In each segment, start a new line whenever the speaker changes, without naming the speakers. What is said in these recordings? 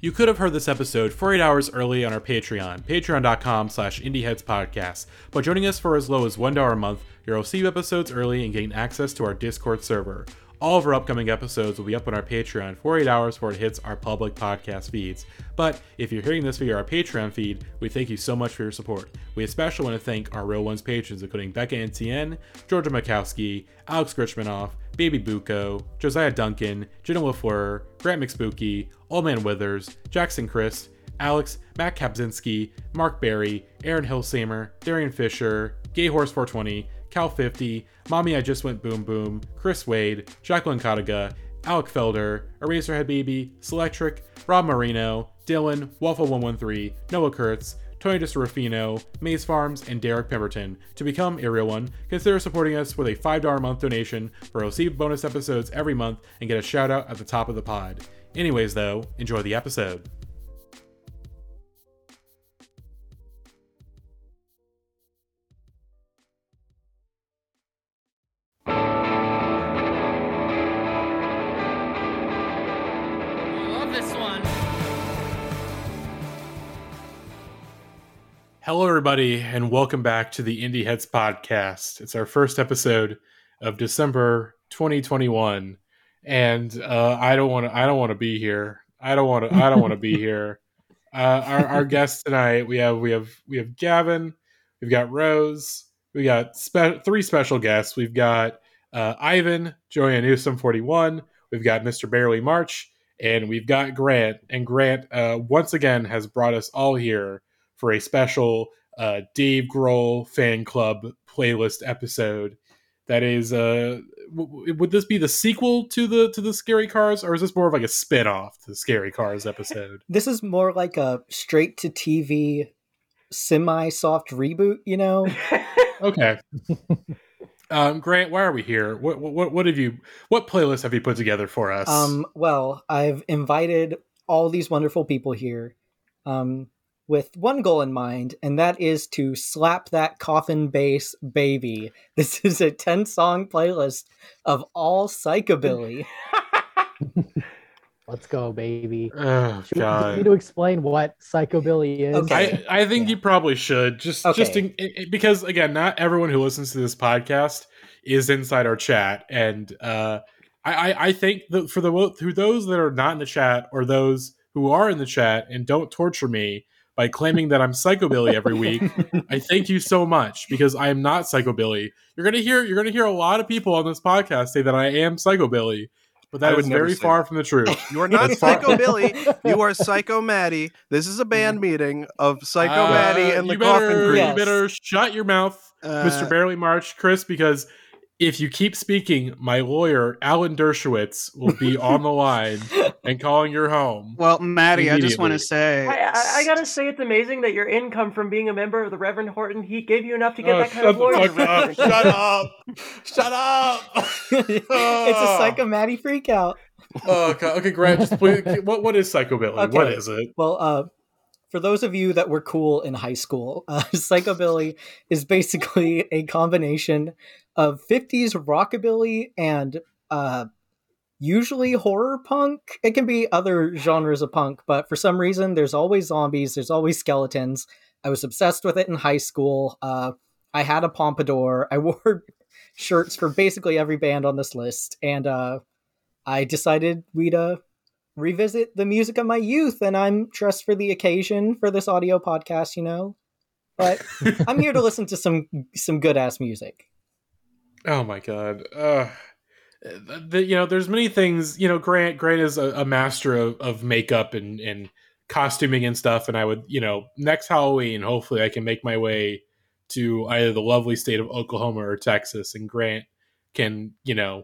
You could have heard this episode for eight hours early on our Patreon, patreon.com slash indieheadspodcast. By joining us for as low as $1 a month, you'll receive episodes early and gain access to our Discord server. All of our upcoming episodes will be up on our Patreon for eight hours before it hits our public podcast feeds. But if you're hearing this via our Patreon feed, we thank you so much for your support. We especially want to thank our Real Ones patrons, including Becca NTN, Georgia Mikowski, Alex Grichmanoff, Baby Bucco, Josiah Duncan, Jenna LaFleur, Grant McSpooky, Old Man Withers, Jackson Christ, Alex, Matt Kapczynski, Mark Berry, Aaron Hillsamer, Darian Fisher, Gay Horse 420, Cal 50, Mommy I Just Went Boom Boom, Chris Wade, Jacqueline Cotiga, Alec Felder, Eraserhead Baby, Selectric, Rob Marino, Dylan, Waffle113, Noah Kurtz, Tony DiSerafino, Maze Farms, and Derek Pemberton. To become a real one, consider supporting us with a $5 a month donation for receive bonus episodes every month and get a shout out at the top of the pod. Anyways, though, enjoy the episode.
I love this one.
Hello, everybody, and welcome back to the Indie Heads podcast. It's our first episode of December 2021, and uh, I don't want to. I don't want to be here. I don't want to. I don't want to be here. Uh, our our guests tonight we have we have we have Gavin, we've got Rose, we got spe- three special guests. We've got uh, Ivan, Joanne Newsom, 41. We've got Mr. Barely March, and we've got Grant. And Grant uh, once again has brought us all here for a special uh, Dave Grohl fan club playlist episode. That is, uh, w- w- would this be the sequel to the to the Scary Cars, or is this more of like a spin off to the Scary Cars episode?
this is more like a straight to TV semi soft reboot, you know?
okay. Um, Grant, why are we here? What, what what have you? What playlist have you put together for us?
Um, well, I've invited all these wonderful people here um, with one goal in mind, and that is to slap that coffin bass baby. This is a 10 song playlist of all psychobilly.
Let's go, baby.
oh
Should we- do we
God.
need to explain what psychobilly is?
Okay.
I, I think
Yeah.
you probably should just
Okay.
just in, i- i- because again, not everyone who listens to this podcast is inside our chat, and uh, I, I I think that for the wo- through those that are not in the chat or those who are in the chat and don't torture me by claiming that I'm psychobilly every week, I thank you so much because I am not psychobilly. You're gonna hear you're gonna hear a lot of people on this podcast say that I am psychobilly, but
I
that
would
is
never
very
say
far from the truth.
You are not
That's fine. Mm-hmm.
Psycho Billy. You are Psycho Maddie. This is a band meeting of Psycho
Uh,
Maddie and the
you better,
Coffin Uh, Creek.
You
Yes.
better shut your mouth. Mr. Barely March, Chris, because if you keep speaking, my lawyer, Alan Dershowitz, will be on the line and calling your home.
Well, Maddie, I just want
Immediately.
to say,
I, I, I gotta say, it's amazing that your income from being a member of the Reverend Horton Heat gave you enough to get
Oh,
that kind of lawyer.
shut the fuck
position.
up. Shut up. Shut up.
it's a psycho Maddie freakout.
Oh, God. Okay, Grant, just please. What, what is psychobilly? What
Okay.
is it?
Well, uh, for those of you that were cool in high school, uh, psychobilly is basically a combination of 50s rockabilly and uh, usually horror punk. It can be other genres of punk, but for some reason, there's always zombies, there's always skeletons. I was obsessed with it in high school. Uh, I had a pompadour. I wore shirts for basically every band on this list, and uh, I decided we'd uh, revisit the music of my youth and I'm dressed for the occasion for this audio podcast, you know. But I'm here to listen to some some good ass music.
Oh my god. Uh, th- th- you know, there's many things. You know, Grant Grant is a, a master of, of makeup and and costuming and stuff. And I would, you know, next Halloween, hopefully, I can make my way to either the lovely state of Oklahoma or Texas, and Grant can, you know,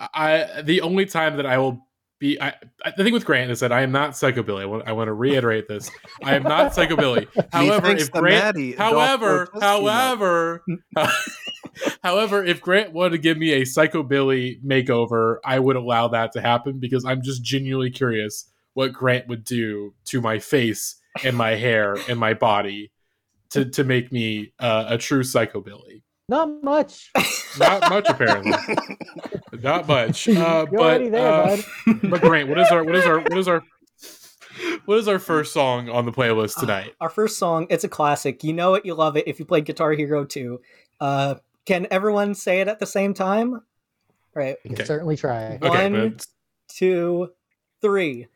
I I- the only time that I will be, I, I the thing with Grant is that I am not psychobilly. I want, I want to reiterate this. I am not psychobilly. However,
thinks
if
the
Grant
Maddie doth
However,
protest too much.
however, however, if Grant wanted to give me a psychobilly makeover, I would allow that to happen because I'm just genuinely curious what Grant would do to my face and my hair and my body to to make me uh, a true psychobilly.
Not much.
Uh, Not much apparently. Not much. Uh, but
You're already there,
uh,
bud.
but Grant, what is our what is our what is our What is our first song on the playlist tonight?
Our first song, it's a classic. You know it, you love it if you played Guitar Hero 2. Uh, can everyone say it at the same time? All right.
You can
Okay.
certainly try.
okay,
one-
but
Two, three.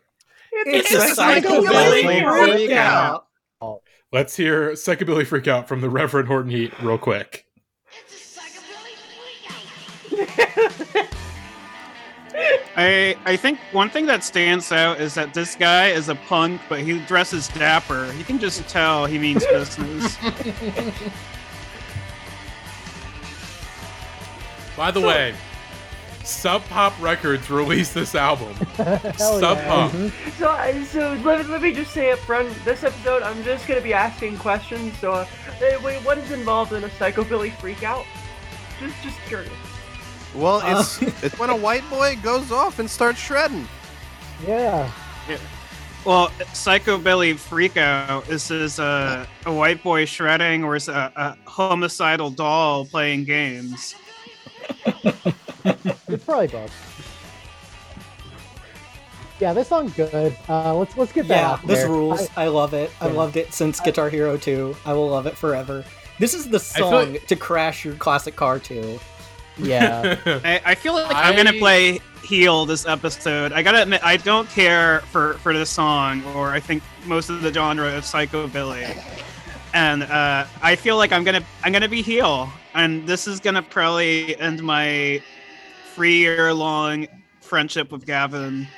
It's a
psychobilly
psychobilly
freak out.
let's hear Psychobilly Freak Out from the Reverend Horton Heat real quick.
I I think one thing that stands out is that this guy is a punk, but he dresses dapper. You can just tell he means business.
By the way, Sub Pop Records released this album.
Hell
Sub
yeah.
Pop.
Mhm.
So, I- so let, let me just say up front, this episode, I'm just going to be asking questions. So, uh, eh, wait, what is involved in a psychobilly freakout? Just, just curious.
Well,
uh,
it's it's when a white boy goes off and starts shredding.
Yeah.
well, psychobilly freakout. This is a, a white boy shredding, or is a, a homicidal doll playing games.
It's probably both. Yeah, this song's good. Uh, let's let's get that.
Yeah,
out
this
there.
rules.
I-
I, love it. I
Yeah.
loved it since Guitar Hero 2. I will love it forever. This is the
feel
song to crash your classic car to.
yeah.
I, I feel like I... am gonna
I-
play heel this episode. I gotta admit, I don't care for for this song, or I think most of the genre of psychobilly. And uh, I feel like I'm gonna I'm gonna be heel, and this is gonna probably end my three year long friendship with Gavin.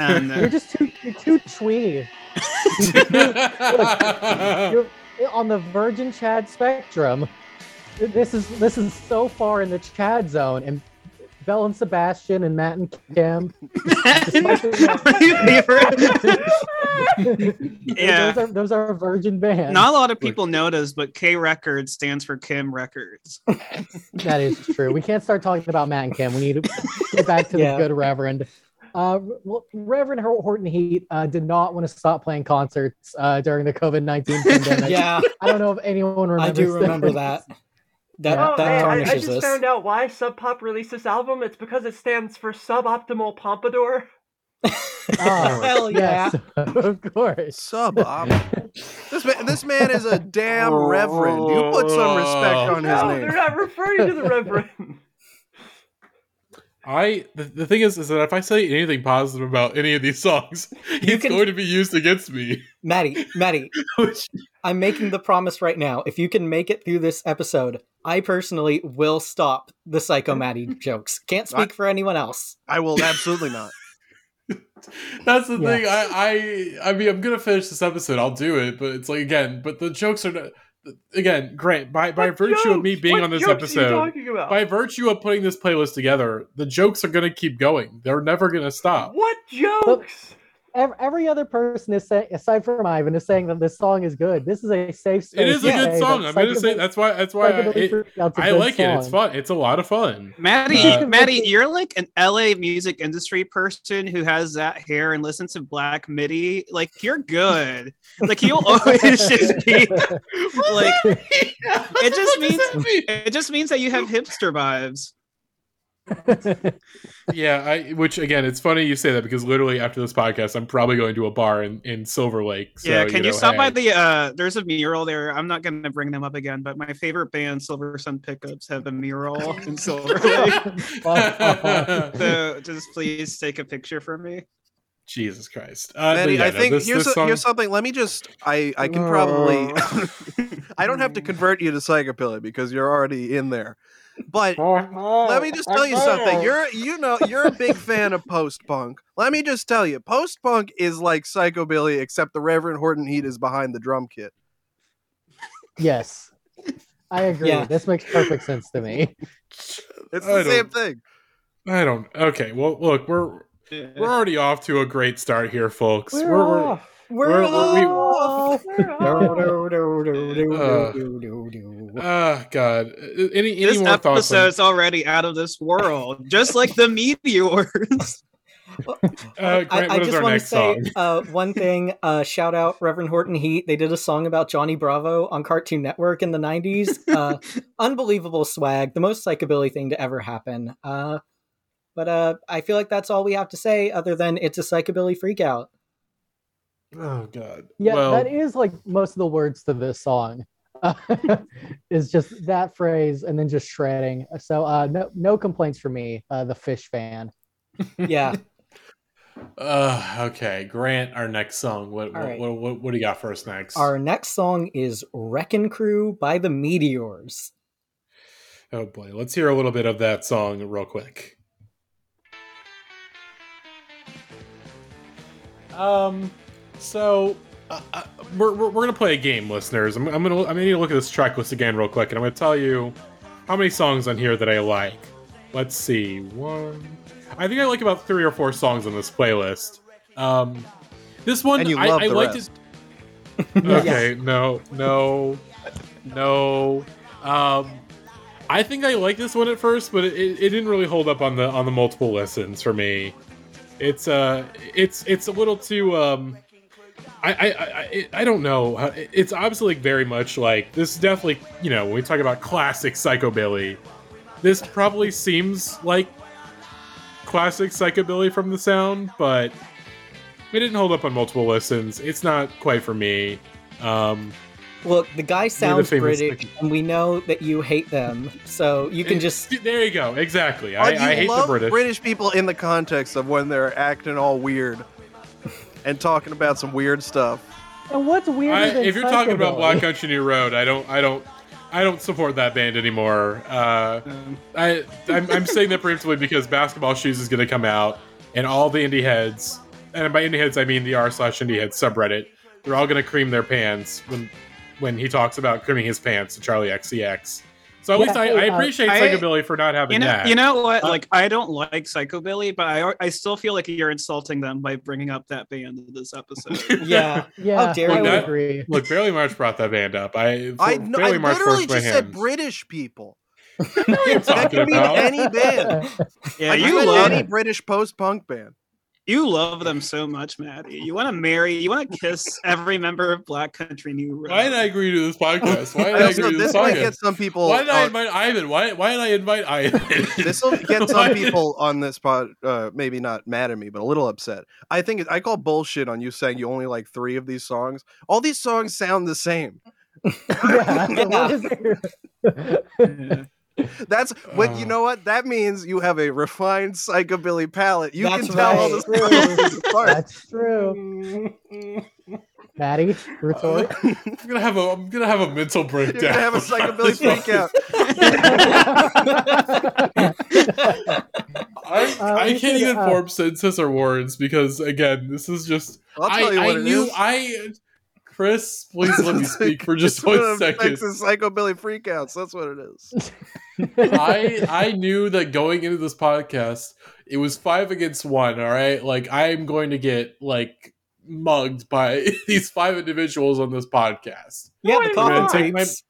And
You're
uh,
just too you're too twee. You're on the virgin Chad spectrum. This is this is so far in the Chad zone, and Bell and Sebastian and Matt and Cam. despite the-
Yeah.
those are those are a virgin bands.
not a lot of people notice, but K Records stands for Kim Records.
That is true. We can't start talking about Matt and Kim. We need to get back to
Yeah.
the good Reverend. Uh, well, Reverend Hor- Horton Heat uh, did not want to stop playing concerts uh, during the COVID nineteen pandemic.
Yeah,
I don't know if anyone remembers.
I do remember
this.
that. That,
Yeah.
oh,
that
man, I, I
tarnishes
just
this.
found out why Sub Pop released this album. It's because it stands for Suboptimal Pompadour.
Oh,
Hell yeah.
yes, of course.
Sub op. this man, this man is a damn reverend. You put some respect
Oh.
on his
No,
name.
they're not referring to the Reverend.
I the, the thing is is that if I say anything positive about any of these songs, it's
can-
going to be used against me.
Maddie, Maddie,
Which-
I'm making the promise right now. If you can make it through this episode, I personally will stop the Psycho Maddie jokes. Can't speak for anyone else.
I will absolutely not.
That's the
Yeah.
thing. I, I I mean I'm gonna finish this episode. I'll do it, but it's like again, but the jokes are not again, Grant, by by
What
virtue of me
jokes?
being
What
on this
jokes Are you
episode,
talking about?
by virtue of putting this playlist together, the jokes are gonna keep going. They're never gonna stop.
What jokes?
Every, every other person is saying, aside from Ivan, is saying that this song is good. This is a safe space.
It is
to
a good
say
song.
that
I'm gonna say
Psychobilly-
that's why that's why I,
Psychobilly
it,
Freakout's a
I
good
like it. It's
song.
fun. It's a lot of fun.
Maddie,
Uh,
Maddie, you're like an LA music industry person who has that hair and listens to Black MIDI. Like you're good. Like you'll always just be like it just means it just means that you have hipster vibes.
yeah, I, which again, it's funny you say that because literally after this podcast, I'm probably going to a bar in, in Silver Lake. So,
yeah, can you,
know,
stop by
hey.
the uh there's a mural there. I'm not gonna bring them up again, but my favorite band, Silver Sun Pickups, have a mural in Silver Lake. So just please take a picture for me.
Jesus Christ, uh,
Manny,
but yeah,
I
no,
think
this,
here's
this
a-
song,
here's something. Let me just I I can probably I don't have to convert you to psychopilly because you're already in there. But let me just tell you something. You're you know you're a big fan of post punk. Let me just tell you, post punk is like psychobilly, except the Reverend Horton Heat is behind the drum kit.
yes, I agree.
Yeah.
This makes perfect sense to me.
It's
I
the same
don't-
thing.
I don't. Okay, well, look, we're we're already off to a great start here, folks. We're,
We're
we're-
off.
We're,
We're- we're-
off.
ah, God, Uh, any any
this
more thoughts? on-
episode's already out of this world, just like the meteors.
uh, Grant,
I, I
what is
just
our
want
next
to say
song?
uh, one thing. Uh, shout out Reverend Horton Heat. They did a song about Johnny Bravo on Cartoon Network in the '90s. Uh, unbelievable swag, the most psychobilly thing to ever happen. Uh, but uh, I feel like that's all we have to say, other than it's a psychobilly freakout.
Oh god.
Yeah,
well,
that is like most of the words to this song. Uh, is just that phrase and then just shredding. So uh, no no complaints for me, uh, the fish fan.
Yeah.
uh, okay, Grant, our next song. What what,
All right.
what what what do you got for us next?
Our next song is Wreckin' Crew by the Meteors.
oh boy, let's hear a little bit of that song real quick. Um, so uh, uh, we're, we're, we're gonna play a game, listeners. I'm, I'm gonna I'm gonna need to look at this track list again real quick, and I'm gonna tell you how many songs on here that I like. Let's see, one. I think I like about three or four songs on this playlist. Um, this one
And you
I,
love
I
the
liked
rest.
it. okay, no, no, no. Um, I think I liked this one at first, but it, it, it didn't really hold up on the on the multiple listens for me. It's uh, it's it's a little too um. I, I, I, I- I don't know. Uh, it- It's obviously very much like this. Is definitely, you know, when we talk about classic psychobilly, this probably seems like classic psychobilly from the sound, but it didn't hold up on multiple listens. It's not quite for me. Um,
Look, the guy sounds
famous
British,
thing.
and we know that you hate them, so you can
it-
just
there you go. Exactly.
Why do
I, I
you
hate the
love
British.
people in the context of when they're acting all weird and talking about some weird stuff.
And what's weirder
I,
than
if you're talking about
psychobilly?
Black Country New Road, I don't, I don't, I don't support that band anymore. Uh,
Um,
I, I'm, I'm saying that preemptively because Basketball Shoes is going to come out, and all the indie heads, and by indie heads I mean the r slash indie heads subreddit, they're all going to cream their pants when when he talks about creaming his pants to Charlie XCX. So at
Yeah,
least I, I
hey, uh,
appreciate
I-
Psychobilly for not having
you know,
that.
you know what?
Uh,
like, I don't like psychobilly, but I I still feel like you're insulting them by bringing up that band in this episode.
yeah.
Yeah,
How dare
I
you.
would
That-
agree.
Look, Barely March brought that band up. I,
I,
Barely
no, I
March
literally
forced my
just said
hand.
British people.
What are you
That
talking
could mean
about?
any band.
yeah,
I just
you
said
love
any British post-punk band.
you love them so much, Maddie. You want to marry, you want to kiss every member of Black Country New Road.
Why did I agree to this podcast? Why did
I
I
also,
agree to this
this might
podcast?
get some people.
Why did I
on-
invite Ivan? Why, why did I invite Ivan?
this will get some
Why-
people on this pod, uh, maybe not mad at me, but a little upset. I think it- I call bullshit on you saying you only like three of these songs. All these songs sound the same.
Yeah. what is it?
Yeah.
That's what you
Oh.
know. What that means? You have a refined psychobilly palate. You
That's
can tell all
right.
the songs apart.
That's true. Maddie, retort.
I'm gonna have a I'm gonna have a mental
You're
breakdown.
gonna have a psychobilly freak out.
I,
Uh,
I
we
can't
should,
even
uh,
form sentences or words because again, this is just
I'll tell you
I,
what
I
it
knew
is.
I Chris, please let me speak for
It's
just
one
one
of
second.
Texas psychobilly freakouts. That's what it is.
I I knew that going into this podcast, it was five against one. All right, like I am going to get like mugged by these five individuals on this podcast.
yeah, the
Why
not?
coffee
Take my-
creeps.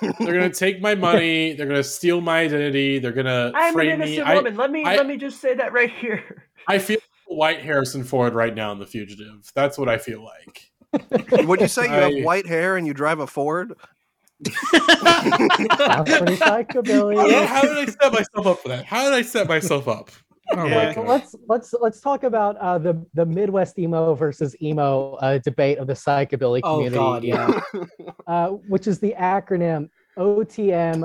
They're gonna take my money. They're gonna steal my identity. They're gonna
I'm an
frame me.
innocent
I,
woman. Let me
I-
let me just say that right here.
I feel white Harrison Ford right now in The Fugitive. That's what I feel like.
Would you say you have
I-
white hair and you drive a Ford?
Sounds pretty
How
psychobilly.
did, how did I set myself up for that? How did I set myself up? Oh
Yeah.
my
Let's-
god.
let's let's let's talk about uh, the the Midwest emo versus emo uh, debate of the psychobilly
Oh
community,
god, yeah.
uh, which is the acronym OTM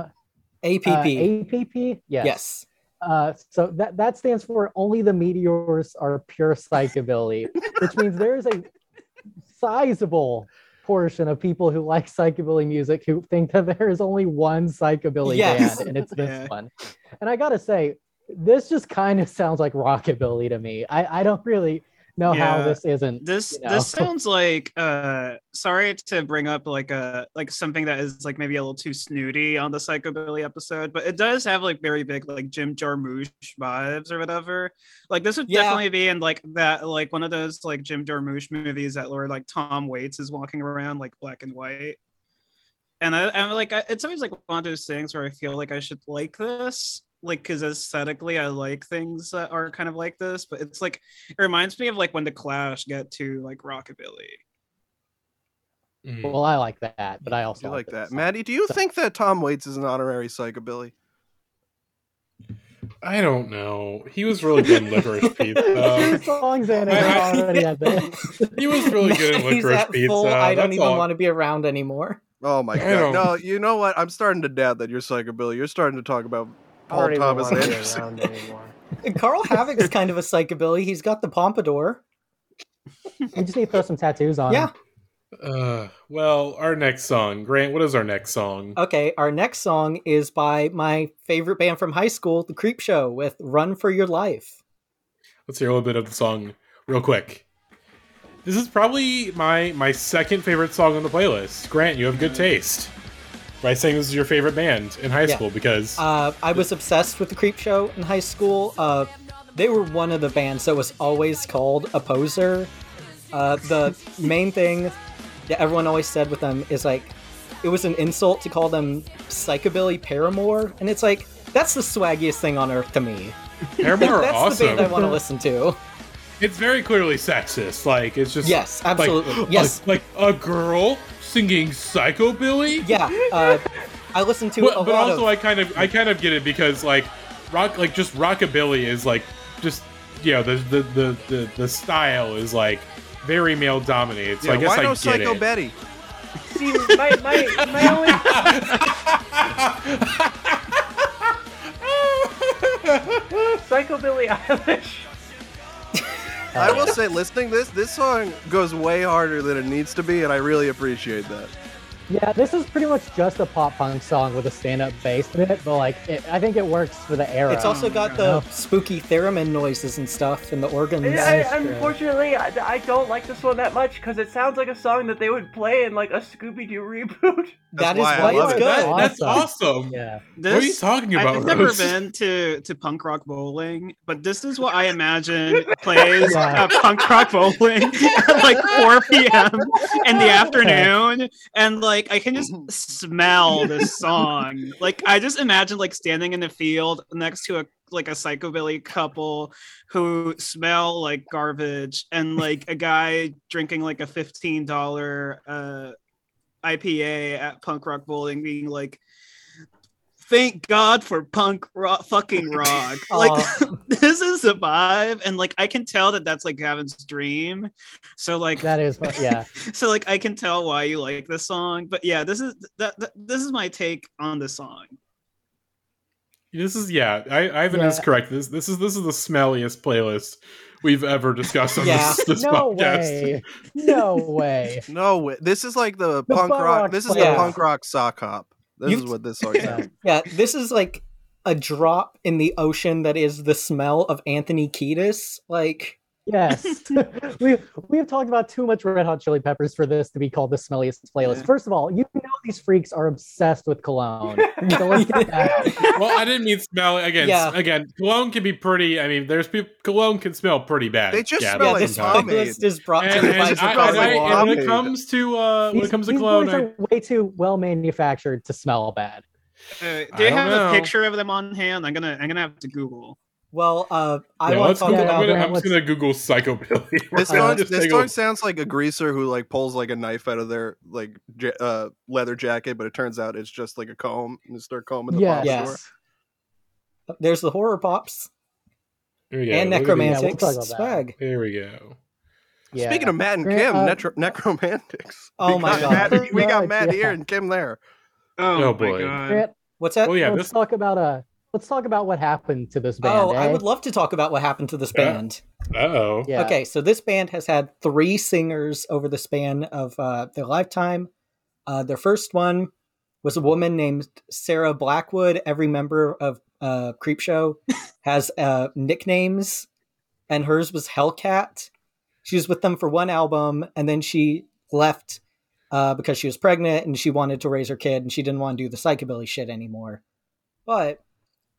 APP.
uh, APP. Yes.
yes.
Uh, so that that stands for only the meteors are pure psychobilly, which means there is a sizable portion of people who like psychobilly music who think that there is only one psychobilly
Yes.
band and it's this
Yeah.
one. And I gotta say, this just kind of sounds like rockabilly to me. I, I don't really know how
Yeah.
this isn't.
this
You know.
this sounds like uh sorry to bring up like a like something that is like maybe a little too snooty on the psychobilly episode but it does have like very big like jim jarmusch vibes or whatever like this would
Yeah.
definitely be in like that like one of those like jim jarmusch movies that where like tom waits is walking around like black and white and I, i'm like I, it's always like one of those things where i feel like i should like this like because aesthetically i like things that are kind of like this but it's like it reminds me of like when the Clash got to like rockabilly.
Mm.
Well, I like that, but I also
You like that,
this.
Maddie? Do you
So-
think that Tom Waits is an honorary psychobilly?
I don't know. He was really good in Licorice Pizza.
Two songs in and
Um, I-
I already had that.
He was really good in
He's
Licorice
at
Pizza.
full, I don't
That's
even
all.
want to be around anymore.
Oh my
I
god!
don't-
No, you know what? I'm starting to doubt that you're psychobilly. You're starting to talk about
I
Paul
don't even
Thomas
wanna be
Anderson.
around anymore.
And Carl Havoc's kind of a psychobilly. He's got the pompadour.
We just need to throw some tattoos on.
Yeah.
him.
Uh, well, our next song, Grant. What is our next song?
Okay, our next song is by my favorite band from high school, The Creep Show, with Run for Your Life.
Let's hear a little bit of the song, real quick. This is probably my my second favorite song on the playlist. Grant, you have good taste. By saying this is your favorite band in high
Yeah.
school, because
Uh, I was obsessed with The Creep Show in high school. Uh, they were one of the bands that was always called a poser. Uh, the main thing that everyone always said with them is like, it was an insult to call them psychobilly paramour, and it's like, that's the swaggiest thing on earth to me.
Paramore are
that's the
awesome.
band I want to listen to.
It's very clearly sexist. Like it's just
Yes,
like,
absolutely. yes,
like, like a girl singing psychobilly.
yeah. Uh, I listened to a
but, but
lot
also
of.
I kind of I kind of get it because like rock like just rockabilly is like just you know the the the the, the style is like very male dominated. So I
Yeah,
guess
why
I
no
get
Psycho
it.
Betty?
See, my, my, my only Psycho Billie Eilish.
I will say, listening to this, this song goes way harder than it needs to be, and I really appreciate that.
Yeah, this is pretty much just a pop punk song with a stand up bass in it, but like, it, I think it works for the era.
It's also got the
no.
spooky theremin noises and stuff, and the organs.
I, I, unfortunately, I, I don't like this one that much because it sounds like a song that they would play in like a Scooby Doo reboot.
That
That's
is
why I
why
love
it's
it.
good.
That- that's
Awesome.
awesome.
Um, yeah.
This,
what are you talking about?
I've never
Rose?
been to, to punk rock bowling, but this is what I imagine plays
Yeah.
at punk rock bowling at like 4 p.m. in the afternoon. And like, I can just smell this song. Like, I just imagine like standing in the field next to a like a psychobilly couple who smell like garbage and like a guy drinking like a $15 uh IPA at punk rock bowling being like thank god for punk rock fucking rock like this is the vibe and like i can tell that that's like gavin's dream so like
That is, yeah.
so like i can tell why you like this song but yeah this is that, that this is my take on the song
This is yeah. I, Ivan is
Yeah.
correct. This this is this is the smelliest playlist we've ever discussed on
Yeah.
this, this
no
podcast.
way. No way.
No, way. this is like the,
The punk
punk rock.
rock
This is
playlist.
the punk rock sock hop. This
You-
is what this song
Yeah.
is.
Yeah, this is like a drop in the ocean that is the smell of Anthony Kiedis. Like,
Yes. we we have talked about too much Red Hot Chili Peppers for this to be called the smelliest playlist. First of all, you know these freaks are obsessed with cologne. So let's get that.
well, I didn't mean smell again.
Yeah.
Again, cologne can be pretty. I I mean, there's people cologne can smell pretty bad.
They just
Gavin,
smell
yeah,
like
this
sometimes.
vomit.
playlist is brought to
And,
you
and,
by
just
I-
smells
and I-
like
and when
vomit.
it comes to uh, when
These,
it comes to
these
cologne,
boys
I-
are way too well manufactured to smell bad.
uh, do
I
they
don't
have
know.
a picture of them on hand i'm gonna i'm gonna have to google
Well, uh, I
Yeah,
want
let's
to talk
Google-
about
I'm, gonna,
Grant,
I'm just
let's-
gonna Google psychobilly. We're
This
Uh-huh.
gonna
song,
just
this
take a-
song sounds like a greaser who like pulls like a knife out of their like ja- uh, leather jacket, but it turns out it's just like a comb, and it's their comb in the
Yes.
bottle
Yes.
drawer.
there's the horror pops
Here we go,
and
look at these-
necromantics
Yeah, we'll talk about that.
swag.
Here we go.
Yeah.
Speaking of Matt and
Grant,
Kim,
uh,
netro- necromantics.
Oh
we
my
got
God.
Matt- we got
Yeah.
Matt here and Kim there.
oh,
Oh,
my
boy.
God.
Grant,
What's that?
Oh yeah,
let's
this
talk about uh let's talk about what happened to this band.
Oh, I
eh?
would love to talk about what happened to this
Yeah.
band.
uh oh.
yeah.
Okay, so this band has had three singers over the span of uh, their lifetime. Uh, their first one was a woman named Sarah Blackwood. Every member of uh, Creepshow has uh, nicknames, and hers was Hellcat. She was with them for one album, and then she left uh, because she was pregnant and she wanted to raise her kid, and she didn't want to do the psychobilly shit anymore. But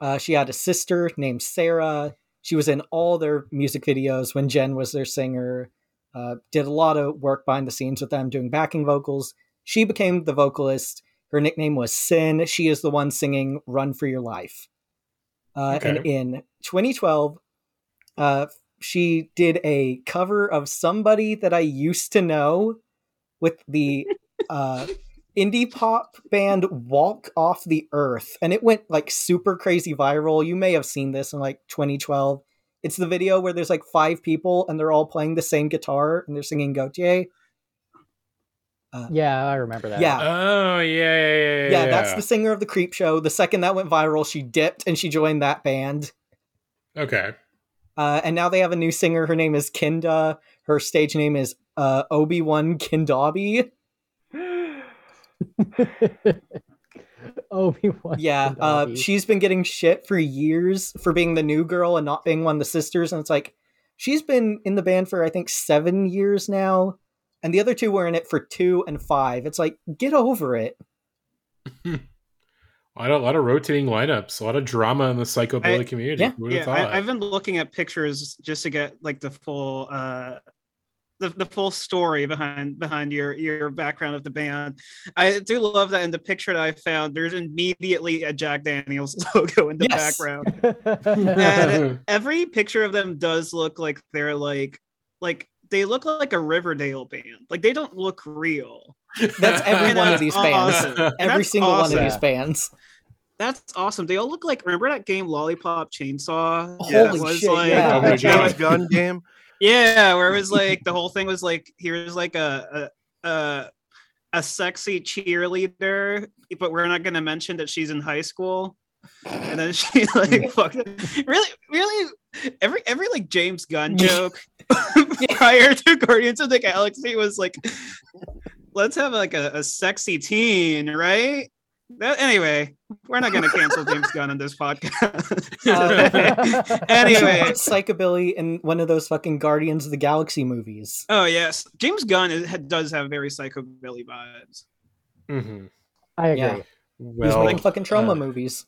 uh, she had a sister named Sarah she was in all their music videos when Jen was their singer. Uh, did a lot of work behind the scenes with them, doing backing vocals. She became the vocalist. Her nickname was Sin. She is the one singing "Run for Your Life." Uh, And
Okay.
in 2012, uh, she did a cover of "Somebody That I Used to Know" with the uh, indie pop band Walk Off the Earth, and it went like super crazy viral. You may have seen this in like 2012. It's the video where there's like five people and they're all playing the same guitar and they're singing Gautier.
Yeah, I remember that.
Yeah,
Oh yeah, yeah, yeah, yeah.
yeah, that's the singer of the Creep Show. The second that went viral, she dipped and she joined that band.
okay.
Uh, and now they have a new singer. Her name is Kinda. Her stage name is uh, Obi Wan Kindabi.
Obi Wan.
Yeah, uh, she's been getting shit for years for being the new girl and not being one of the sisters. And it's like she's been in the band for I think seven years now, and the other two were in it for two and five. It's like get over it.
A lot, of, lot of rotating lineups, a lot of drama in the psychobilly
I-
community.
yeah.
Who would have
Yeah,
thought?
I, I've been looking at pictures just to get like the full uh the, the full story behind behind your your background of the band. I do love that in the picture that I found, there's immediately a Jack Daniels logo in the
Yes.
background. and Every picture of them does look like they're like like they look like a Riverdale band. Like they don't look real.
That's every
And
one of
that's
these bands.
awesome.
Every
That's
single
awesome.
one of these bands.
That's awesome. They all look like remember that game Lollipop Chainsaw?
Holy
That was
shit!
like-
yeah.
Double J.
James Gunn game.
Yeah, where it was like the whole thing was like here's like a a a, a sexy cheerleader, but we're not gonna mention that she's in high school. And then she like fucked really really every every like James Gunn joke prior to Guardians of the Galaxy was like let's have like a, a sexy teen, right? That, anyway, we're not gonna cancel James Gunn on this
Uh,
podcast.
You should
anyway,
watch psychobilly in one of those fucking Guardians of the Galaxy movies.
Oh yes, James Gunn is, ha- does have very psychobilly vibes.
Mhm.
I agree.
Yeah. He's
Well,
making fucking trauma
uh,
movies.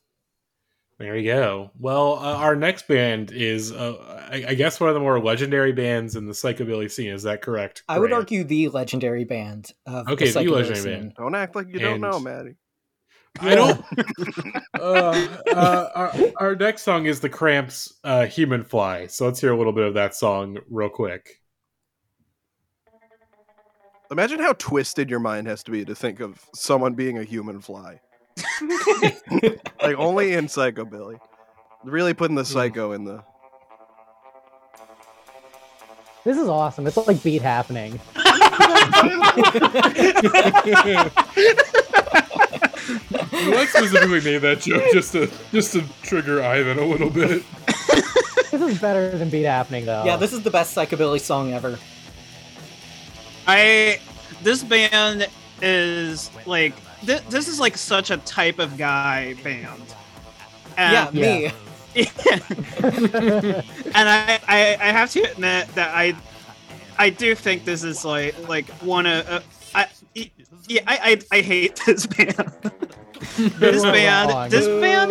There you go. Well, uh, our next band is, uh, I, I guess, one of the more legendary bands in the psychobilly scene. Is that correct?
I would
Grant?
argue the legendary band of
Okay, the
the, psychedelic
legendary
scene.
band.
Don't act like you
And-
don't know, Maddie.
I don't. uh, uh, our, our next song is the Cramps' uh, "Human Fly," so let's hear a little bit of that song real quick.
Imagine how twisted your mind has to be to think of someone being a human fly. like only in psychobilly. Really putting
Hmm.
the psycho in the
This is awesome. It's like beat happening.
You like specifically made that joke just to just to trigger Ivan a little bit.
This is better than beat happening though.
Yeah, this is the best psychobilly song ever.
I this band is like thi- this is like such a type of guy band. Um,
yeah,
And,
me.
and I, I I have to admit that I I do think this is like like one of uh, I yeah I, I I hate this band. this band this band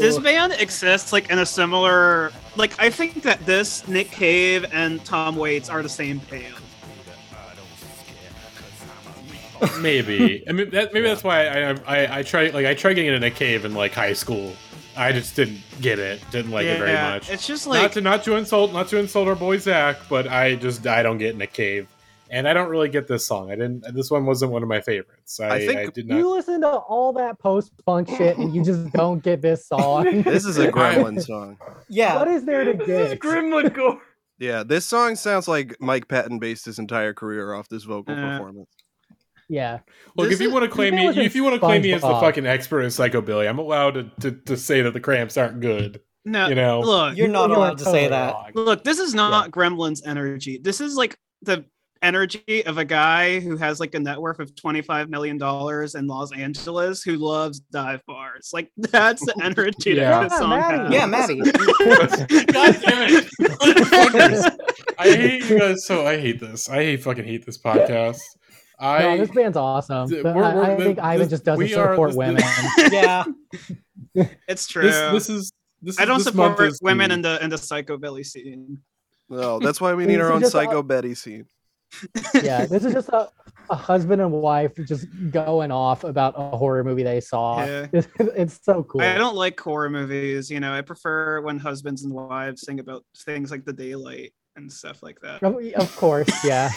this band exists like in a similar like i think that this nick cave and tom waits are the same band
Maybe. I mean, that, maybe that's why I, I I try like I tried getting it in a cave in like high school. I just didn't get it. Didn't like it very
Yeah,
much.
it's just
not
like
to not to insult not to insult our boy Zach, but I just I don't get in a cave, and I don't really get this song. I didn't. This one wasn't one of my favorites. I, I,
I think
did not.
You listen to all that post punk shit and you just don't get this song.
This is a gremlin song.
what
Yeah,
is there to
This is
get?
Grimwood Gore.
Yeah, this song sounds like Mike Patton based his entire career off this vocal
Uh,
Mm.
performance.
Yeah.
Look, if
this
you
is-
want to claim
it
me,
was in
if you want to claim me as the
SpongeBob.
fucking expert in psychobilly, I'm allowed to, to, to say that the cramps aren't good.
no
You know,
Uh, look
you're not
You are
allowed to say
totally
that.
wrong.
look this is not gremlins energy this is like the energy of a guy who has like a net worth of 25 million dollars in los angeles who loves dive bars like that's the energy
Yeah.
that this song
Maddie.
has
Yeah, Maddie.
God damn it! Motherfuckers. I hate you guys so. I hate this. I hate fucking hate this podcast. I
no, this band's awesome.
Th-
But
we're-
I-
we're-
I,
the-
think Ivan
this-
just doesn't
we are-
support
this-
women.
Yeah,
it's true
this, this is this. Is,
i don't
this month
support
is
women
the-
in the in the psychobilly scene
No, Oh, that's why we need our
These are
own
just all-
psycho Betty scene.
yeah, this is just a, a husband and wife just going off about a horror movie they saw.
Yeah.
It's, it's so cool.
I don't like horror movies. You know, I prefer when husbands and wives sing about things like the daylight. and stuff like that.
Of of course, yeah.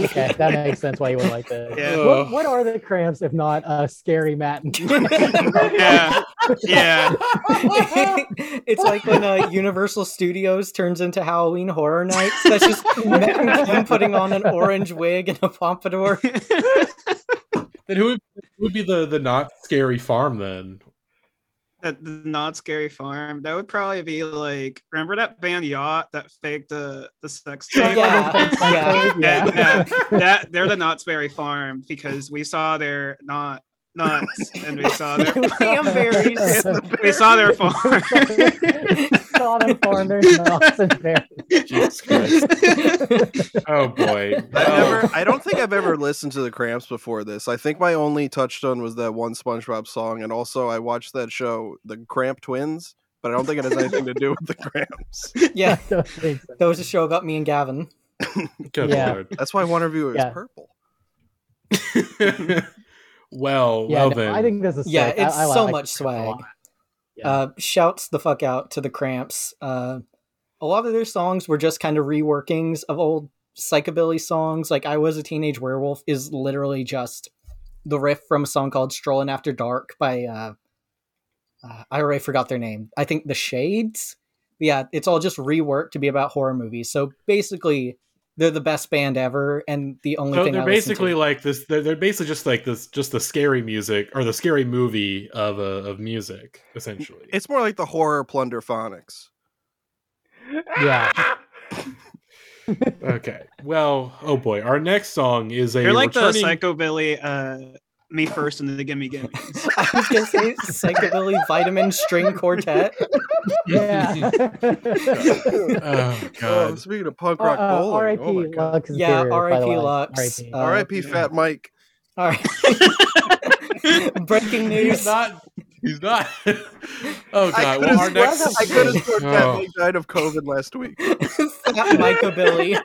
okay, that makes sense why you would like that.
Yeah.
What, what are the cramps if not a scary Matt and
Yeah, yeah,
it's like when uh, Universal Studios turns into Halloween Horror Nights. That's just Matt and Kim putting on an orange wig and a pompadour.
Then who would, who would be the the not scary farm then?
that the not scary farm. That would probably be like remember that band Yacht that faked the the sex tape.
Yeah, yeah.
Yeah, yeah. that they're the Knott's Berry Farm because we saw their not nuts and we saw their
Cranberries.
we saw their farm.
Saw them farm, there's knots in there.
Jesus Christ. oh boy.
I've
Oh.
never. I don't think I've ever listened to the Cramps before this. I think my only touchstone was that one SpongeBob song, and also I watched that show, The Cramp Twins. But I don't think it has anything to do with the Cramps.
yeah,
I don't think so.
that was a show about me and Gavin.
Good
Yeah.
lord.
That's why one review is
Yeah.
purple.
well, well
Yeah, no,
then.
I think this is
Yeah,
sick. I-
it's
I
so
like
much
this a lot.
swag.
Yeah.
Uh, shouts the fuck out to the Cramps. Uh, a lot of their songs were just kind of reworkings of old psychobilly songs. Like "I Was a Teenage Werewolf" is literally just the riff from a song called "Strolling After Dark" by uh, uh, I already forgot their name. I think the Shades. Yeah, it's all just reworked to be about horror movies. So basically, they're the best band ever, and the only
so
thing
they're
I listen to-
basically like this. They're, they're basically just like this, just the scary music or the scary movie of uh, of music, essentially.
It's more like the horror plunder phonics.
Yeah.
okay. Well, oh boy, our next song is a
They're like the
returning-
psychobilly uh me first and the gimme gimme.
I was gonna say psychobilly vitamin string quartet.
Yeah.
Oh
Oh,
god.
speaking of punk
Uh,
rock
uh,
bowling,
R.I.P.
oh my god.
Lux is
Yeah,
here, by
R.I.P.
the way.
Lux,
R.I.P.
uh,
R.I.P. Fat Mike.
All right. Breaking
He's
news.
not. He's not. oh
I
god.
could
Well, our
have
next.
sworn, I could have sworn Fat
Oh.
Mike died of COVID last week.
Fat Micah Billy.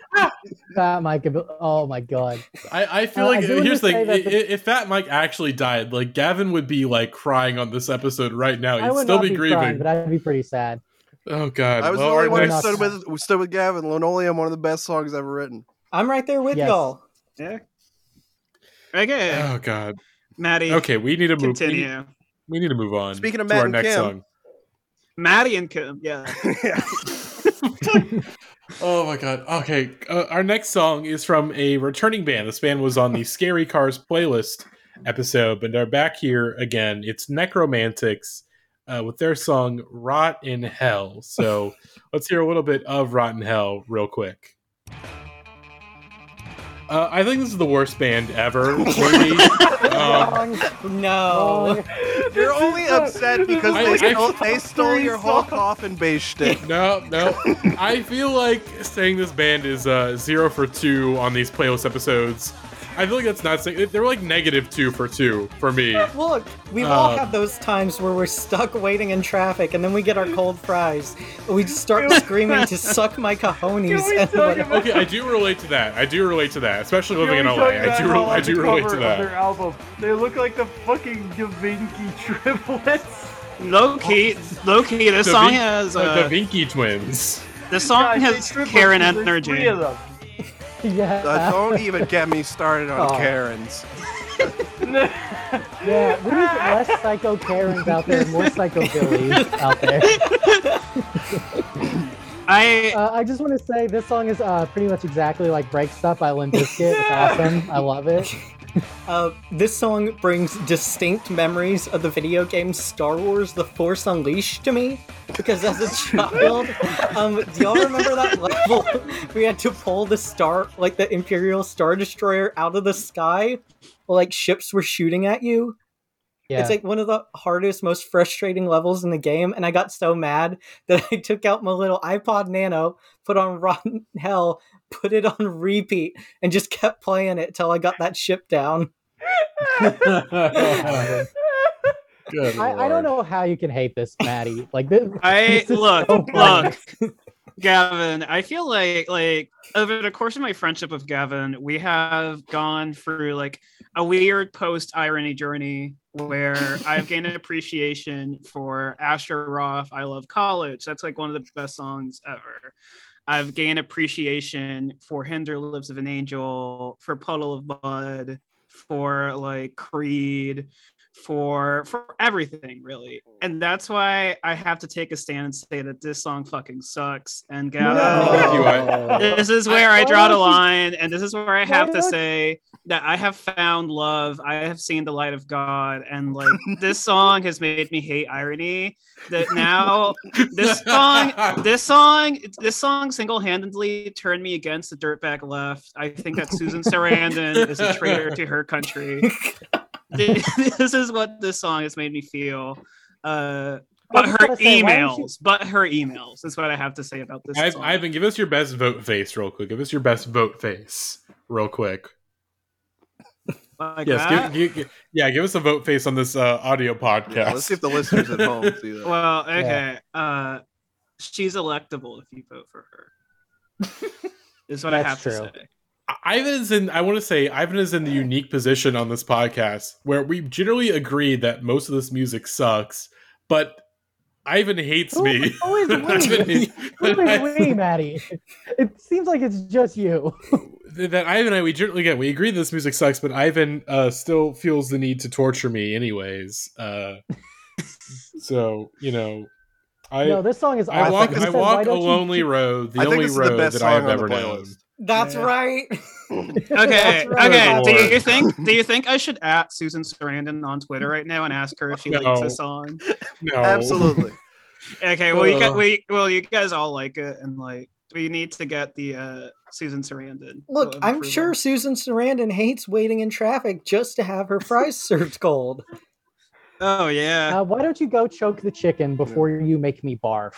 Fat Mike. Oh my god.
I, I feel
Uh, I
like
do wanna
here's the
say
thing:
that
i- i- if Fat Mike actually died, like Gavin would be like crying on this episode right now.
I
He'd
would
still
not
be,
be
grieving.
crying, but I'd be pretty sad.
oh god!
I was
well,
the only
our
one who
next-
stood with stood with Gavin. Linoleum, one of the best songs ever written.
I'm right there with
Yes.
y'all.
okay.
Oh god.
Maddie
Okay, we need to move. We need,
continue.
we need to move on.
Speaking of
to
Matt
our
and
next
Kim.
song.
Maddie and Kim, yeah.
yeah.
Oh my god. Okay, uh, our next song is from a returning band. This band was on the Scary Cars playlist episode, but they're back here again. It's Necromantics uh, with their song "Rot in Hell." So let's hear a little bit of "Rot in Hell" real quick. Uh, I think this is the worst band ever. Maybe. um,
Wrong,
No.
wrong.
You're only upset because
I-
they,
I-
stole, they stole your whole
Sorry.
coffin base shtick.
no, no. I feel like saying this band is uh, zero for two on these playlist episodes. I feel like that's not saying they're like negative two for two for me.
Look, we've all
Uh,
had those times where we're stuck waiting in traffic and then we get our cold fries. and We just start screaming to suck my
Can
cojones
we
and
talk
whatever.
about
Okay, I do relate to that. I do relate to that, especially living in
Can we
LA.
talk about
I do,
how
re- I
on
do
the
relate to
cover of Their
that.
album, they look like the fucking Gavinci triplets.
Low key, low key. This
The
song
Vin-
has
Like
uh,
the Vinky twins.
this song
Guys, they
has
triplets,
Karen
and there's Three
energy.
of them.
Uh,
Yeah.
don't even get me started on
Oh.
Karens.
Yeah. We need less psycho Karens out there, and more psycho Billies out there.
I
Uh, I just want to say this song is uh, pretty much exactly like Break Stuff by Limp Bizkit. It's awesome. I love it.
Uh, this song brings distinct memories of the video game Star Wars The Force Unleashed to me. Because as a child, um, do y'all remember that level? we had to pull the star, like the Imperial Star Destroyer, out of the sky while like ships were shooting at you.
Yeah.
It's like one of the hardest, most frustrating levels in the game, and I got so mad that I took out my little iPod Nano, put on Rotten Hell, put it on repeat, and just kept playing it till I got that ship down.
Good
I, I
lord.
don't know how you can hate this, Maddie. Like this.
I
this is
look,
so funny.
look, Gavin. I feel like like over the course of my friendship with Gavin, we have gone through like a weird post irony journey where I've gained an appreciation for Asher Roth. I love college. That's like one of the best songs ever. I've gained appreciation for Hinder Lips of an Angel, for Puddle of Mud, for like Creed, for for everything really. And that's why I have to take a stand and say that this song fucking sucks and get out of
No.
the
Thank you,
Oh,
this is where I
Why
draw the
don't you-
line, and this is where I have to
don't-
say that I have found love. I have seen the light of God, and like this song has made me hate irony. That now this song, this song, this song single-handedly turned me against the dirtbag left. I think that Susan Sarandon is a traitor to her country. this is what this song has made me feel. Uh,
I
but
was
her
gonna say, why don't
emails,
you-
but her emails is what I have to say about this.
Ivan,
song.
Ivan, give us your best vote face real quick. Give us your best vote face real quick.
Like
yes,
that?
give, give, give- yeah, give us a vote face on this uh, audio podcast.
Yeah, let's see if the listeners at home see that.
Well, okay.
Yeah.
Uh, she's electable if you vote for her. is what I have
That's
to
true.
say.
Ivan is in. I want to say Ivan is in the unique position on this podcast where we generally agree that most of this music sucks, but Ivan hates
Who-
me.
who is we? Who is we, Maddie? It seems like it's just you.
that Ivan and I we generally again we agree this music sucks, but Ivan uh, still feels the need to torture me anyways. Uh, so you know, I
no, this song is awesome.
I walk
He
I
said,
walk
"Why
a
don't you
lonely
keep-"
road, the
I think
only
this is the
road
best
that I have
song on the
ever known.
playlist.
That's
Yeah.
right.
Okay,
That's right.
okay. Do
Lord.
you think do you think I should at Susan Sarandon on Twitter right now and ask her if she likes
No.
the song?
No,
Absolutely.
Okay, well you
Uh.
got we well you guys all like it and like we need to get the uh Susan Sarandon.
Look,
vote of
I'm
approval.
sure Susan Sarandon hates waiting in traffic just to have her fries served cold.
Oh yeah.
Uh, why don't you go choke the chicken before you make me barf?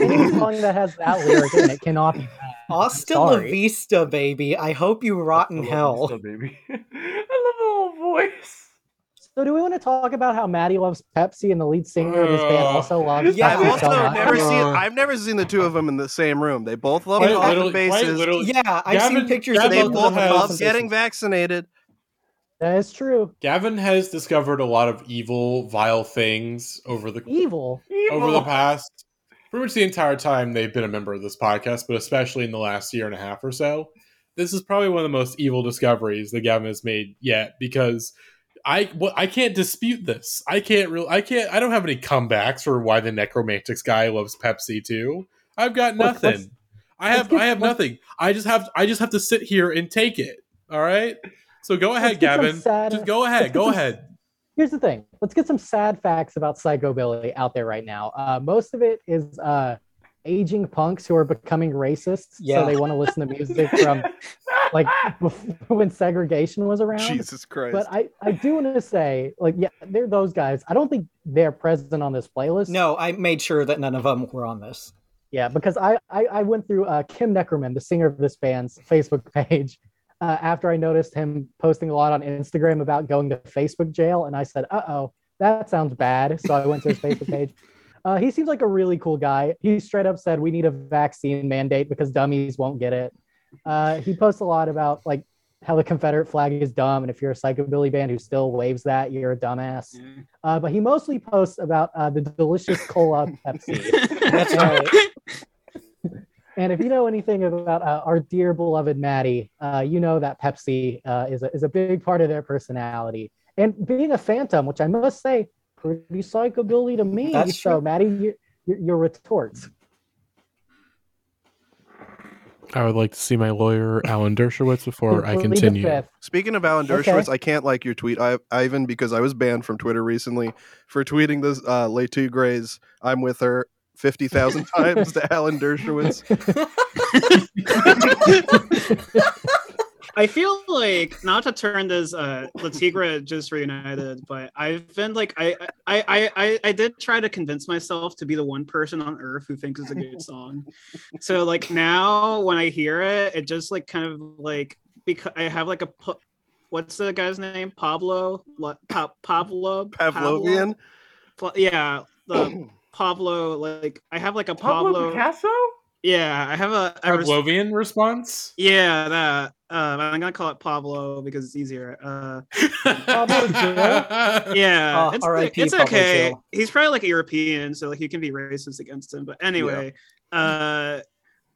Any song that has that lyric in it cannot be
Hasta la
Sorry.
vista, baby. I hope you rot in hell.
baby. I love the whole voice.
So do we want to talk about how Maddie loves Pepsi and the lead singer of this band
Uh,
also loves
Yeah,
I've
Pepsi
also
so much?
never
Uh,
seen. I've never seen the two of them in the same room. They both love
Quite
coffee
literally- quite
bases.
literally-
Yeah, I've
Gavin-
seen pictures of
They
Gavin
both of them.
both
in
has-
love
offices.
getting vaccinated.
That is true.
Gavin has discovered a lot of evil, vile things over the
Evil.
Evil.
over the past pretty much the entire time they've been a member of this podcast, but especially in the last year and a half or so. This is probably one of the most evil discoveries that Gavin has made yet because I what I can't dispute this. I can't real I can't I don't have any comebacks for why the necromantics guy loves Pepsi too. I've got
Let's-
nothing. I have
let's
I
get-
have
let's-
nothing. I just have I just have to sit here and take it. All right? So go ahead,
get some
Gavin.
sad-
Just go ahead.
let's get
Go
some
ahead.
Here's the thing. Let's get some sad facts about psychobilly out there right now. Uh, most of it is uh, aging punks who are becoming racists,
Yeah.
so they want to listen to music from like before, when segregation was around.
Jesus Christ!
But I, I do want to say, like, yeah, they're those guys. I don't think they're present on this playlist.
No, I made sure that none of them were on this.
Yeah, because I, I, I went through uh, Kim Neckerman, the singer of this band's Facebook page, uh, after I noticed him posting a lot on Instagram about going to Facebook jail. And I said, uh oh, that sounds bad. So I went to his Facebook page. Uh, he seems like a really cool guy. He straight up said, we need a vaccine mandate because dummies won't get it. Uh, he posts a lot about like how the Confederate flag is dumb. And if you're a psychobilly band who still waves that, you're a dumbass. Uh, but he mostly posts about uh, the delicious cola Pepsi.
That's right.
And if you know anything about uh, our dear beloved Maddie, uh, you know that Pepsi uh, is, a, is a big part of their personality. And being a phantom, which I must say, pretty psychobilly to me.
That's
so,
true.
Maddie, your, your, your retorts.
I would like to see my lawyer, Alan Dershowitz, before I
Completely
continue.
fifth.
Speaking of Alan
Okay.
Dershowitz, I can't like your tweet, I, Ivan, because I was banned from Twitter recently for tweeting this uh, Letu Gray's "I'm with her" fifty thousand times to Alan Dershowitz.
I feel like not to turn this uh La Tigra just reunited, but I've been like I I, I I I did try to convince myself to be the one person on earth who thinks it's a good song. So like now when I hear it, it just like kind of like because I have like a pu- what's the guy's name? Pablo La- pa- Pablo
Pavlovian.
Pablo- yeah, the Pablo like I have like a
Pablo,
Pablo,
Picasso?
Yeah, I have a I res-
Pavlovian response?
Yeah, that. Um, I'm gonna call it Pablo because it's easier. Uh,
Pablo Jill?
yeah,
Oh,
it's,
R.I.P.
it's
Pablo
okay.
Jill.
He's probably like a European, so like you can be racist against him. But anyway, uh,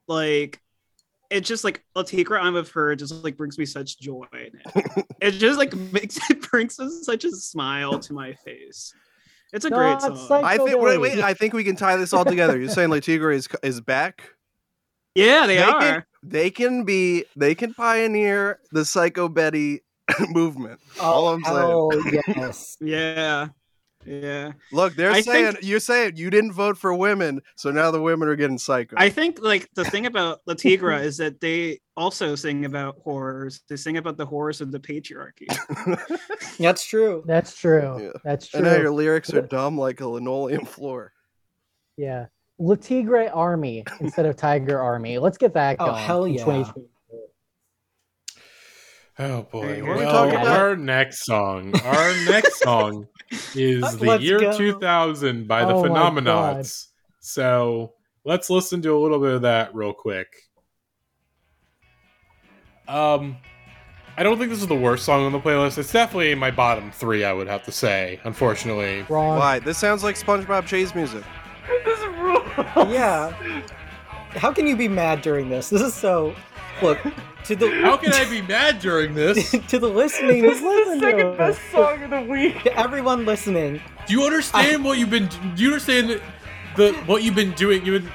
like it's just like Latikra I'm of her just like brings me such joy. Now. it just like makes it brings us such a smile to my face. It's a
No,
great
it's
song.
like-
I think wait, wait,
Psychobilly.
I think we can tie this all together. You're saying Latigra is is back.
yeah, they, are.
Can, they can be. They can pioneer the Psycho Betty movement.
Oh,
All I'm saying.
Oh yes.
Yeah. Yeah.
Look, they're
I
saying
think-
you're saying you didn't vote for women, so now the women are getting psycho.
I think like the thing about La Tigra is that they also sing about horrors. They sing about the horrors of the patriarchy.
That's true.
That's true.
Yeah.
That's true.
and now your lyrics are dumb like a linoleum floor.
Yeah. Latigre Army instead of Tiger Army. Let's get that
Oh,
going.
hell
in
yeah.
2023.
Oh boy.
Hey, what are we
well,
talking about?
our next song. Our next song is the
Let's
year
go.
2000 by the
Oh my
Phenomenauts. So let's listen to a little bit of that real quick. Um, I don't think this is the worst song on the playlist. It's definitely in my bottom three, I would have to say. Unfortunately,
Wrong.
Why? This sounds like SpongeBob Chase music.
This rules.
Yeah. How can you be mad during this? This is so. Look to the
how can I be mad during this?
to the listening.
This is the
listen to
second
it.
best song of the week.
To everyone listening,
Do you understand what you've been? Do you understand the what you've been doing? You've been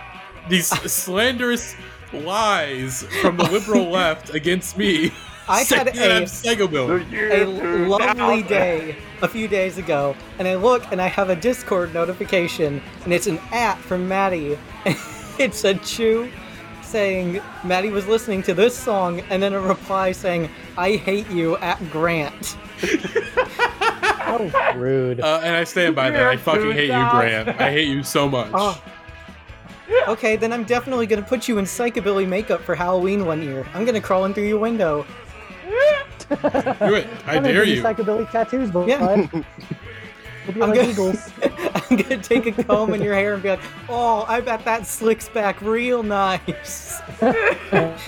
these slanderous lies from the liberal left against me.
I had
saying that I'm
a,
psychobilly.
a lovely day a few days ago, and I look and I have a Discord notification, and it's an at from Maddie. it's a chew saying Maddie was listening to this song, and then a reply saying, I hate you at Grant.
How rude.
Uh, and I stand by that. I
You're
fucking
too
hate you,
soft.
Grant. I hate you so much.
Oh. Okay, then I'm definitely gonna put you in psychobilly makeup for Halloween one year. I'm gonna crawl in through your window.
Do it. I
I'm gonna
dare
give
you.
Psychobilly tattoos, but
Yeah.
We'll be
I'm
like
gonna-
eagles.
I'm gonna take a comb in your hair and be like, oh, I bet that slicks back real nice.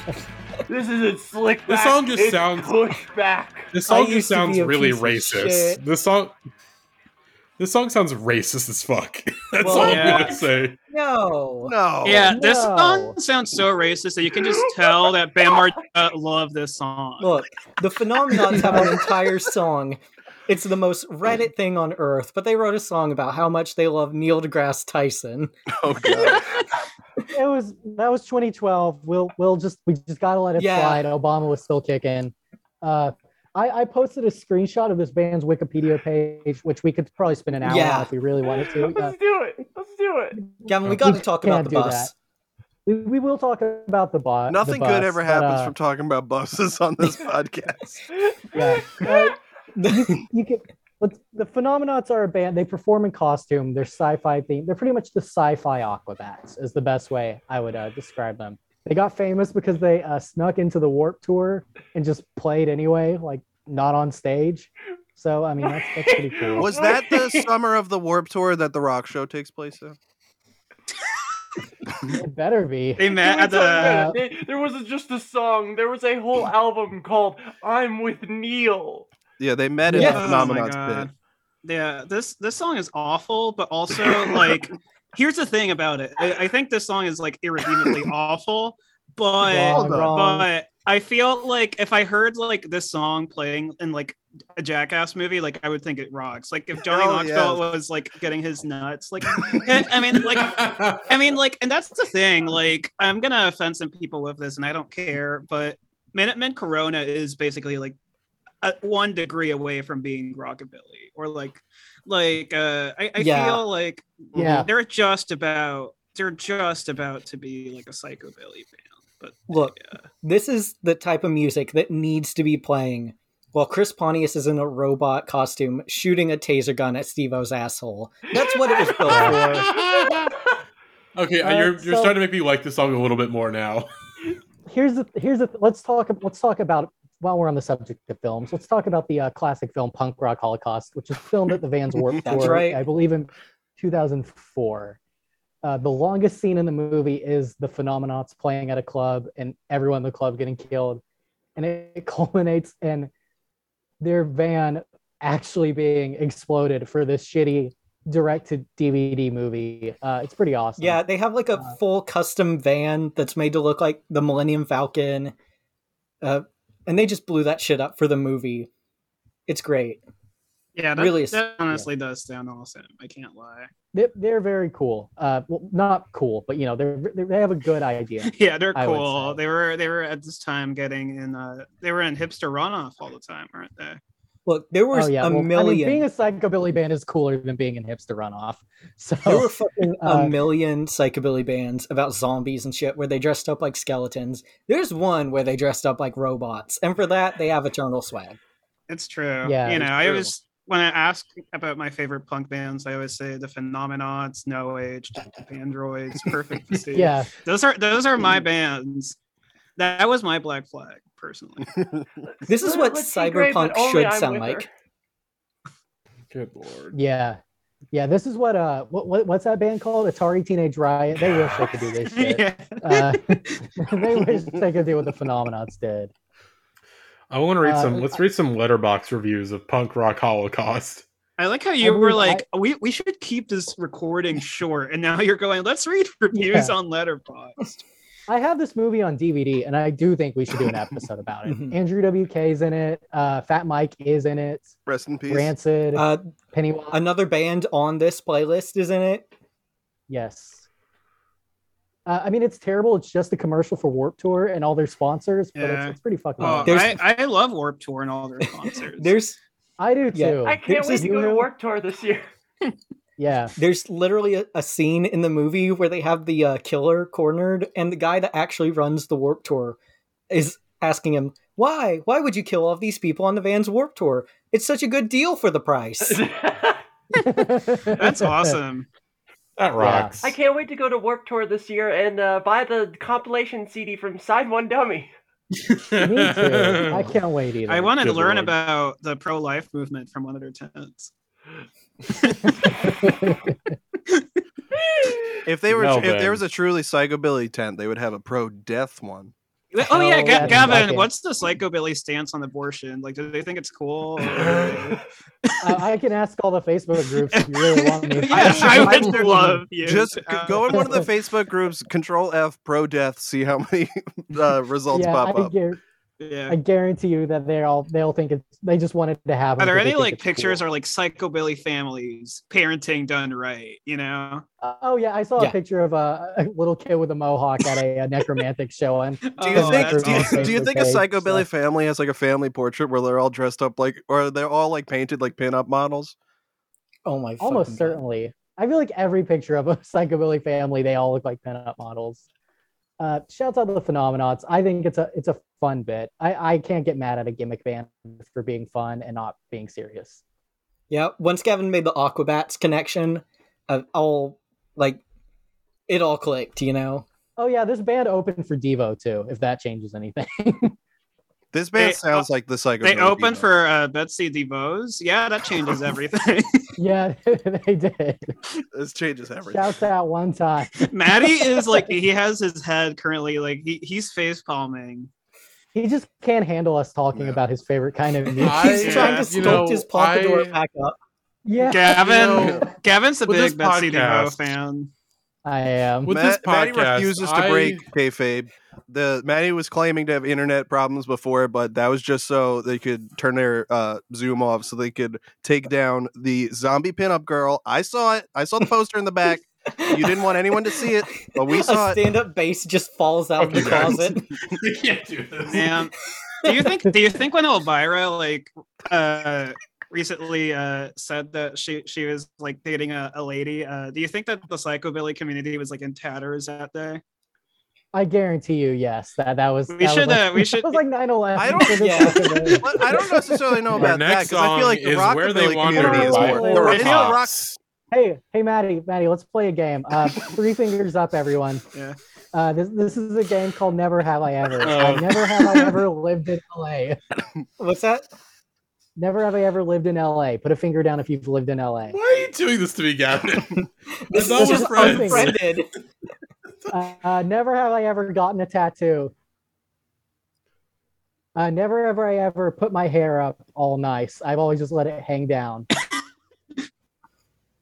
This isn't slick.
The
back,
song just
it's
sounds-
pushback.
This song
used
just
to
sounds
be a
really
piece of
racist.
shit.
This song. This song sounds racist as fuck. That's
Well,
all I'm
yeah.
gonna say.
No.
Oh,
No.
yeah, this
no.
song sounds so racist that you can just tell that Bam Margera loved this song.
Look, the Phenomenons have an entire song. It's the most Reddit thing on earth, but they wrote a song about how much they love Neil deGrasse Tyson.
Oh god.
It was that was 2012. We'll we'll just we just gotta let it
Yeah.
slide. Obama was still kicking. Uh, I, I posted a screenshot of this band's Wikipedia page, which we could probably spend an hour
Yeah.
on if we really wanted to. Uh,
Let's do it. Let's do it.
Gavin, we
You
gotta talk about
can't
the
do
bus.
we, we will talk about the, bo- the
Nothing
bus,
good ever
but,
happens
uh,
from talking about buses on this podcast.
Yeah. Uh, you, you can, but the Phenomenauts are a band. They perform in costume. They're sci-fi themed. They're pretty much the sci-fi Aquabats is the best way I would uh, describe them. They got famous because they uh, snuck into the Warp Tour and just played anyway, like not on stage. So I mean, that's, that's pretty cool.
Was that the summer of the Warp Tour that the rock show takes place in?
It better be.
They
Can
met
we talk
at the
about it? there was just a song. There was a whole album called "I'm with Neil."
Yeah, they met in
Yeah.
the
Oh my
Phenomenauts
God.
pit.
Yeah, this this song is awful, but also like here's the thing about it. I, I think this song is like irredeemably awful, but
Wrong,
Hold on.
Um,
wrong.
but I feel like if I heard like this song playing in like a Jackass movie, like I would think it rocks. Like if Johnny
Oh,
Hell
Knoxville was like getting his nuts, like I I mean, like
oh,
Like,
I mean, like, and that's the thing. Like, I'm gonna offend some people with this, and I don't care. But Minutemen Corona is basically like a, one degree away from being rockabilly, or like, like, uh, I, I
Yeah.
feel like
Yeah.
they're just about they're just about to be like a psychobilly band. But
Look, this is the type of music that needs to be playing while Chris Pontius is in a robot costume shooting a taser gun at Steve O's asshole. That's what it was built for.
okay,
Uh,
you're you're
so-
starting to make me like this song a little bit more now.
here's the here's the let's talk let's talk about while we're on the subject of films let's talk about the uh, classic film punk rock holocaust which is filmed at the vans warped
That's
tour
right.
i believe in 2004 uh, the longest scene in the movie is the phenomenauts playing at a club and everyone in the club getting killed and it, it culminates in their van actually being exploded for this shitty direct to DVD movie. Uh, it's pretty awesome.
Yeah, they have like a
Uh.
full custom van that's made to look like the Millennium Falcon. Uh, and they just blew that shit up for the movie. It's great.
Yeah, that,
Really
really
is-
that honestly does sound awesome. I can't lie.
They, they're very cool. Uh, well, not cool, but you know they're they they have a good idea.
Yeah, they're
I would
cool.
say.
They were they were at this time getting in uh they were in hipster runoff all the time, weren't they?
Look, there was
oh yeah,
a
well, I mean,
million.
being a psychobilly band is cooler than being in hipster runoff. So
there were fucking
uh,
a million psychobilly bands about zombies and shit where they dressed up like skeletons. There's one where they dressed up like robots, and for that they have eternal swag.
It's true.
Yeah,
you know,
it's
I
true.
always when I ask about my favorite punk bands, I always say the Phenomenons, No Age, Androids, Perfect Pursuit.
yeah,
those are those are my bands. That was my black flag, personally.
This is what
Let's see, great,
cyberpunk
but only
should
I'm
sound
with her.
like.
Good lord.
yeah, yeah. This is what uh, what, what what's that band called? Atari Teenage Riot. They wish they could do this shit.
yeah.
Uh, they wish they could do what the Phenomenons did.
I want to read
Uh,
some. Let's read some letterbox reviews of punk rock holocaust.
I like how you
I
were
mean, I-
like, we, we should keep this recording short, and now you're going, let's read reviews
Yeah.
on Letterboxd.
I have this movie on DVD, and I do think we should do an episode about it.
Mhm.
Andrew WK's in it. Uh, Fat Mike is in it.
Mm-hmm. Rest in peace.
Rancid,
Uh,
Pennywise.
another band on this playlist is in it.
yes. Uh, I mean, it's terrible. It's just a commercial for Warp Tour and all their sponsors, but it's,
Yeah.
it's pretty fucking.
Oh,
awesome.
There's-
I, I love Warp Tour and all their concerts.
There's
I do
yeah.
too.
I can't
This
wait
is
to go to
you.
Warp Tour this year.
Yeah,
there's literally a, a scene in the movie where they have the uh, killer cornered, and the guy that actually runs the warp tour is asking him, "Why? Why would you kill all these people on the van's warp tour? It's such a good deal for the price."
That's awesome.
That rocks.
I can't wait to go to Warp Tour this year and uh, buy the compilation CD from Side One Dummy.
Me too. I can't wait either.
I want to
Good
learn
lord.
about the pro life movement from one of their tenants.
If they were,
No,
if
Ben.
there was a truly psychobilly tent, they would have a pro death one.
Oh, yeah,
Oh,
Ga-
that's
Gavin,
shocking.
what's the psychobilly stance on abortion? Like, do they think it's cool?
Uh, I can ask all the Facebook groups if you really want me. to.
Yes,
I-
I would
I-
love you. Uh,
Just
to
g-
ask.
go in one of the Facebook groups, Control F pro death, see how many uh, results
yeah,
pop
I,
up.
guar-
Yeah.
I guarantee you that they all they'll think it's they just wanted to have.
Are there any like pictures or like psychobilly families parenting done right? You know,
oh yeah, I saw
Yeah.
a picture of a, a little kid with a mohawk at a, a necromantic show, and
Do you
Oh,
think
that's
do you,
awesome.
do you think a psychobilly family has like a family portrait where they're all dressed up like, or they're all like painted like pinup models?
oh my!
almost
fucking God.
certainly? I feel like every picture of a psychobilly family, they all look like pinup models. Uh, shouts out to the Phenomenauts. I think it's a it's a fun bit. I, I can't get mad at a gimmick band for being fun and not being serious.
Yeah, once Gavin made the Aquabats connection, uh, all like it all clicked. You know,
Oh yeah, this band opened for Devo too. If that changes anything,
This band
They-
sounds like the psychobilly.
They opened
Beatles.
for uh, Betsy DeVos. Yeah, that changes everything.
yeah, they did.
This changes everything.
Shouts out one time.
Maddie is like he has his head currently like he, he's face palming.
He just can't handle us talking
Yeah.
about his favorite kind of music.
I-
he's trying to
you
sculpt
know,
his pompadour
I-
back up.
yeah,
Gavin,
You know,
Gavin's a
with this
big Betsy
podcast-
DeVos fan.
I am.
With this
Maddie
podcast,
refuses to
I-
break kayfabe. The Maddie was claiming to have internet problems before, but that was just so they could turn their uh, Zoom off so they could take down the zombie pinup girl. I saw it. I saw the poster in the back. You didn't want anyone to see it, but we saw
a
it.
stand-up bass just falls out of the
Okay, guys.
closet.
you can't do this.
And do you think do you think when Elvira like uh recently uh said that she she was like dating a, a lady, uh do you think that the psychobilly community was like in tatters that day?
I guarantee you, yes. That that was.
We
that was
should,
like-
uh, we should-
That was like 9/11.
I don't-
Yeah.
But I don't necessarily know
Our
about that
next
because I
song
feel like the
is where they
rockabilly
wander
community is
by
The
more. I
Rock
feel
Rock
rock-
Hops.
Hey, hey, Maddie, Maddie, let's play a game. Uh, three fingers up, everyone.
Yeah.
Uh, this this is a game called Never Have I Ever.
Oh.
Uh, never have I ever lived in LA.
What's that?
Never have I ever lived in LA. Put a finger down if you've lived in LA.
Why are you doing this to me, Gavin?
This
That's all
is
we're
just
friends.
unfriended.
Uh, uh, never have I ever gotten a tattoo. Uh, never have I ever put my hair up all nice. I've always just let it hang down.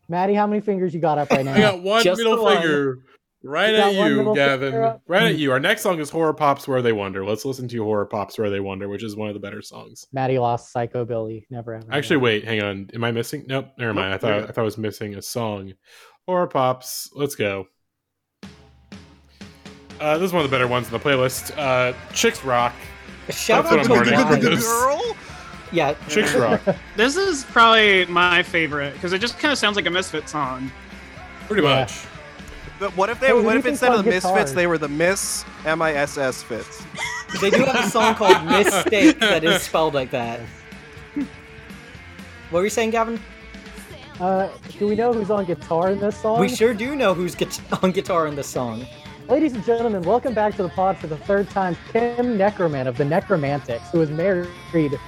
Maddie, how many fingers you got up right now?
I got one
Just
middle
the one.
finger. Right
You
at
got one
you,
middle
Gavin.
finger up?
Right at you. Our next song is Horror Pops Where They Wonder. Let's listen to Horror Pops Where They Wonder, which is one of the better songs.
Maddie lost Psycho Billy. Never ever.
Actually, wait, hang on. Am I missing? Nope, never mind. I
Nope,
thought
you're
I
good.
thought I was missing a song. Horror Pops. Let's go. Uh, this is one of the better ones in the playlist. Uh, Chicks Rock.
Shout
That's what
out
I'm
to
learning from
Wise.
this.
Girl?
Yeah,
Chicks Rock.
This is probably my favorite because it just kind of sounds like a Misfit song.
Pretty
Yeah.
much.
But what if they?
Hey, what do
what
you
if
think
instead of
about
the misfits,
guitars?
they were the Miss M I S S fits?
they do have a song called "Mistake" that is spelled like that. What were you saying, Gavin?
Uh, do we know who's on guitar in this song?
We sure do know who's guit- on guitar in this song.
Ladies and gentlemen, welcome back to the pod for the third time. Kim Necroman of the Necromantics, who is married to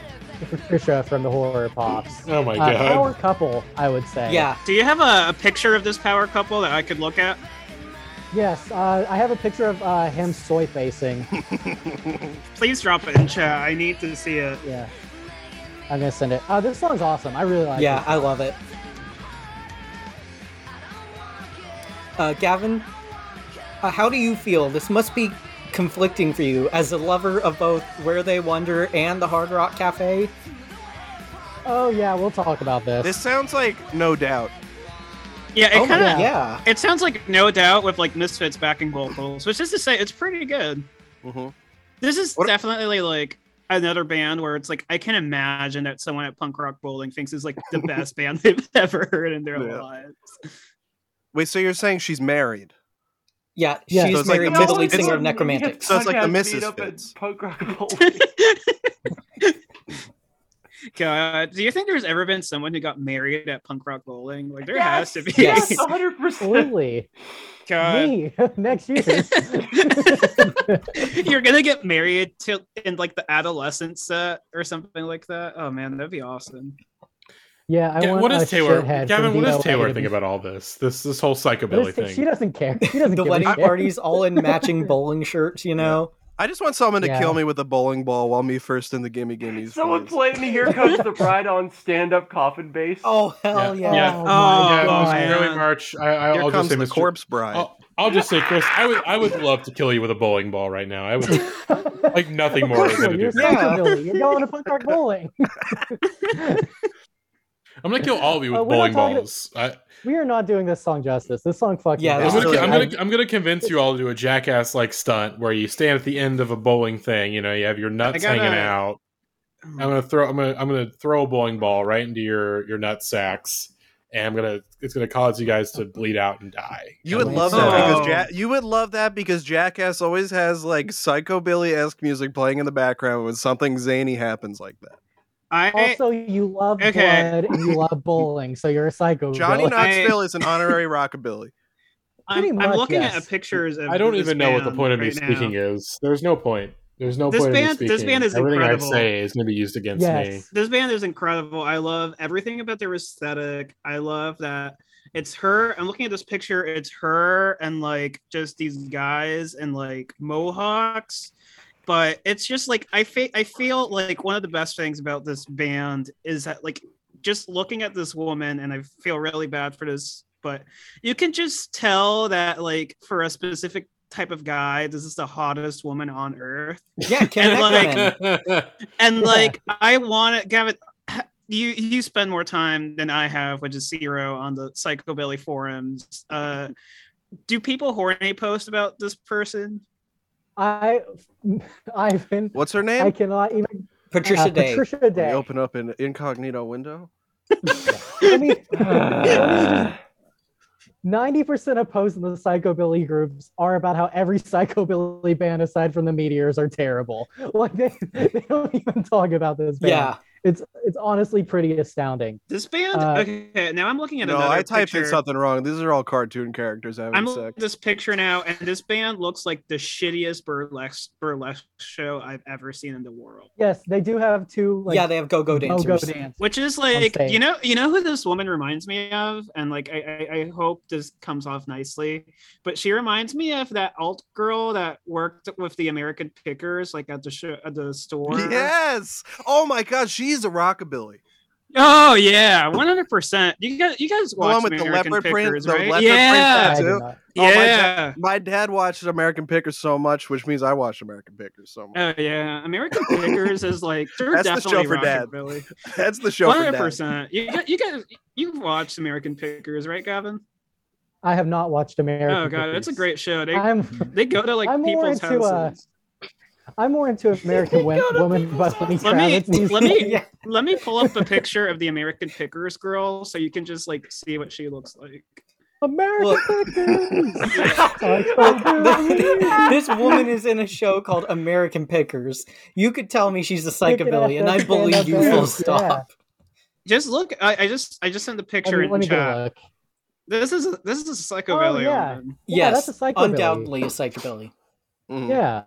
Patricia from the Horror Pops.
Oh my
Uh,
god.
power couple, I would say.
Yeah,
Do you have a, a picture of this power couple that I could look at?
Yes, uh, I have a picture of uh, him soy facing.
Please drop it in chat. I need to see it.
Yeah. I'm gonna send it. Oh, this song's awesome. I really like
yeah,
it.
I love it. Uh, Gavin, uh, how do you feel? This must be conflicting for you as a lover of both Where They Wander and the Hard Rock Cafe.
Oh yeah, we'll talk about this.
This sounds like no doubt.
Yeah, it
oh my
kind of.
god, yeah.
It sounds like No Doubt with like Misfits backing vocals, which is to say, it's pretty good.
Mm-hmm.
Mhm.
This is
What-
definitely like another band where it's like I can imagine that someone at Punk Rock Bowling thinks is like the best band they've ever heard in their
Yeah.
lives.
Wait, so you're saying she's married?
Yeah,
Yeah.
she's
So it's like
married
the
to the
Middle
lead
East-
singer of
it's-
Necromantics.
So it's like the
Podcast
Mrs.
meetup at
Fits.
Punk Rock Bowl.
God, do you think there's ever been someone who got married at Punk Rock Bowling? Like there has to be.
Yes.
Yes, 100%.
Absolutely.
God,
Me next year.
you're gonna get married to in like the adolescent set or something like that. Oh man, that'd be awesome.
yeah, I
Yeah,
want
what
a
does Taylor?
shithead
Gavin,
from
what does
DOA
Taylor
to
think
be-
about all this? This this whole
What
psychobilly
does- She
thing.
doesn't care. She doesn't
the
give a
wedding
shit.
party's all in matching bowling shirts, you know?
I just want someone to
Yeah.
kill me with a bowling ball while me first in the gimme gimmies.
Someone
please.
played me Here Comes the Bride on stand up coffin bass.
Oh, hell yeah.
Yeah.
Oh,
Yeah,
my
Oh,
it was
God.
man.
early Uh, March. I, I,
Here
I'll just
comes
say,
the
Mr.
corpse bride.
I'll, I'll just say, Chris, I would I would love to kill you with a bowling ball right now. I would like nothing more.
Of
I'm
course
gonna,
you are.
do.
You're psychobilly. You're going to punk rock bowling.
I'm gonna kill all of you with
Uh, we're
bowling
not talking to-
balls. I,
We are not doing this song justice. This song fucking.
Yeah,
I'm
this
sucks.
gonna,
Absolutely.
I'm gonna I'm gonna convince you all to do a jackass like stunt where you stand at the end of a bowling thing. You know, you have your nuts
gotta-
hanging out. I'm gonna throw I'm gonna I'm gonna throw a bowling ball right into your your nut sacks, and I'm gonna it's gonna cause you guys to bleed out and die.
You would
Oh.
love that because
Oh.
ja- you would love that because Jackass always has like psychobilly esque music playing in the background when something zany happens like that.
I
Also, you love
Okay.
blood and you love bowling, so you're a psycho.
Johnny
Billy.
Knoxville is an honorary rockabilly.
I'm,
Pretty
I'm
much,
looking
yes.
at pictures. Of
I don't
this
even know what the
band
point of me
right now.
speaking is. There's no point. There's no
This
point
band-
of me
this
speaking.
band is
Everything
incredible.
I say is going to be used against me.
Yes.
This band is incredible. I love everything about their aesthetic. I love that it's her. I'm looking at this picture. It's her and like just these guys and like mohawks. But it's just like I fe- I feel like one of the best things about this band is that like just looking at this woman and I feel really bad for this, but you can just tell that like for a specific type of guy, this is the hottest woman on earth
Yeah, Ken
And, like,
Neckerman.
and
Yeah.
like I want to, Gavin. You you spend more time than I have, which is zero on the psychobilly forums. Uh, do people horny post about this person?
I, I've been.
What's her
I
name?
cannot even.
Patricia
uh,
Day.
Patricia
We
Day.
open up an incognito window.
Let me- let me just- 90% of posts in the psychobilly groups are about how every psychobilly band aside from the meteors are terrible like they, they don't even talk about this band
Yeah.
it's it's honestly pretty astounding
This band?
Uh,
okay, now I'm looking at
No,
another
I typed
picture.
in something wrong. These are all cartoon characters having
I'm looking
sex.
at this picture now, and this band looks like the shittiest burlesque burlesque show I've ever seen in the world.
yes they do have two like
yeah, they have go-go dancers.
go-go dance
Which is like,
saying.
you know, you know who this woman reminds me of, and like, I, I, I hope this comes off nicely, but she reminds me of that alt girl that worked with the American Pickers, like at the show, at the store.
Yes. Oh my God, she's a rockabilly.
Oh yeah, one hundred percent. You guys, you guys
The one
watch
with the
American
leopard print,
Pickers,
the
right?
leopard print
yeah,
I did
Tattoo?
not.
Oh, my
yeah.
My dad watches American Pickers so much, which means I watch American Pickers so much.
Oh yeah, American Pickers is like they're
That's the show for
definitely
dad.
rockabilly.
That's the show
One
for
hundred
dad.
percent. You gu- you guys, you watched American Pickers, right, Gavin?
I have not watched American.
oh god, it's a
Pickers.
great show. They
I'm
they go to like
I'm more
people's
into, uh,
houses.
I'm more into American win- woman, but let me
Let me-
Kravitz.
let me-
yeah.
Let me pull up a picture of the American Pickers girl so you can just like see what she looks like.
American oh, Pickers. Sorry,
this woman is in a show called American Pickers. You could tell me she's a
Pick it up,
psychobilly, and I
that's
believe you.
another-
Full
yeah.
stop.
Just look. I, I just I just sent the
Let
picture
me,
in
let me get
chat.
a look. Oh,
This is this is a psychobilly
yeah.
woman.
Yeah,
yes,
that's a psychobilly.
undoubtedly a psychobilly.
Mhm.
Yeah.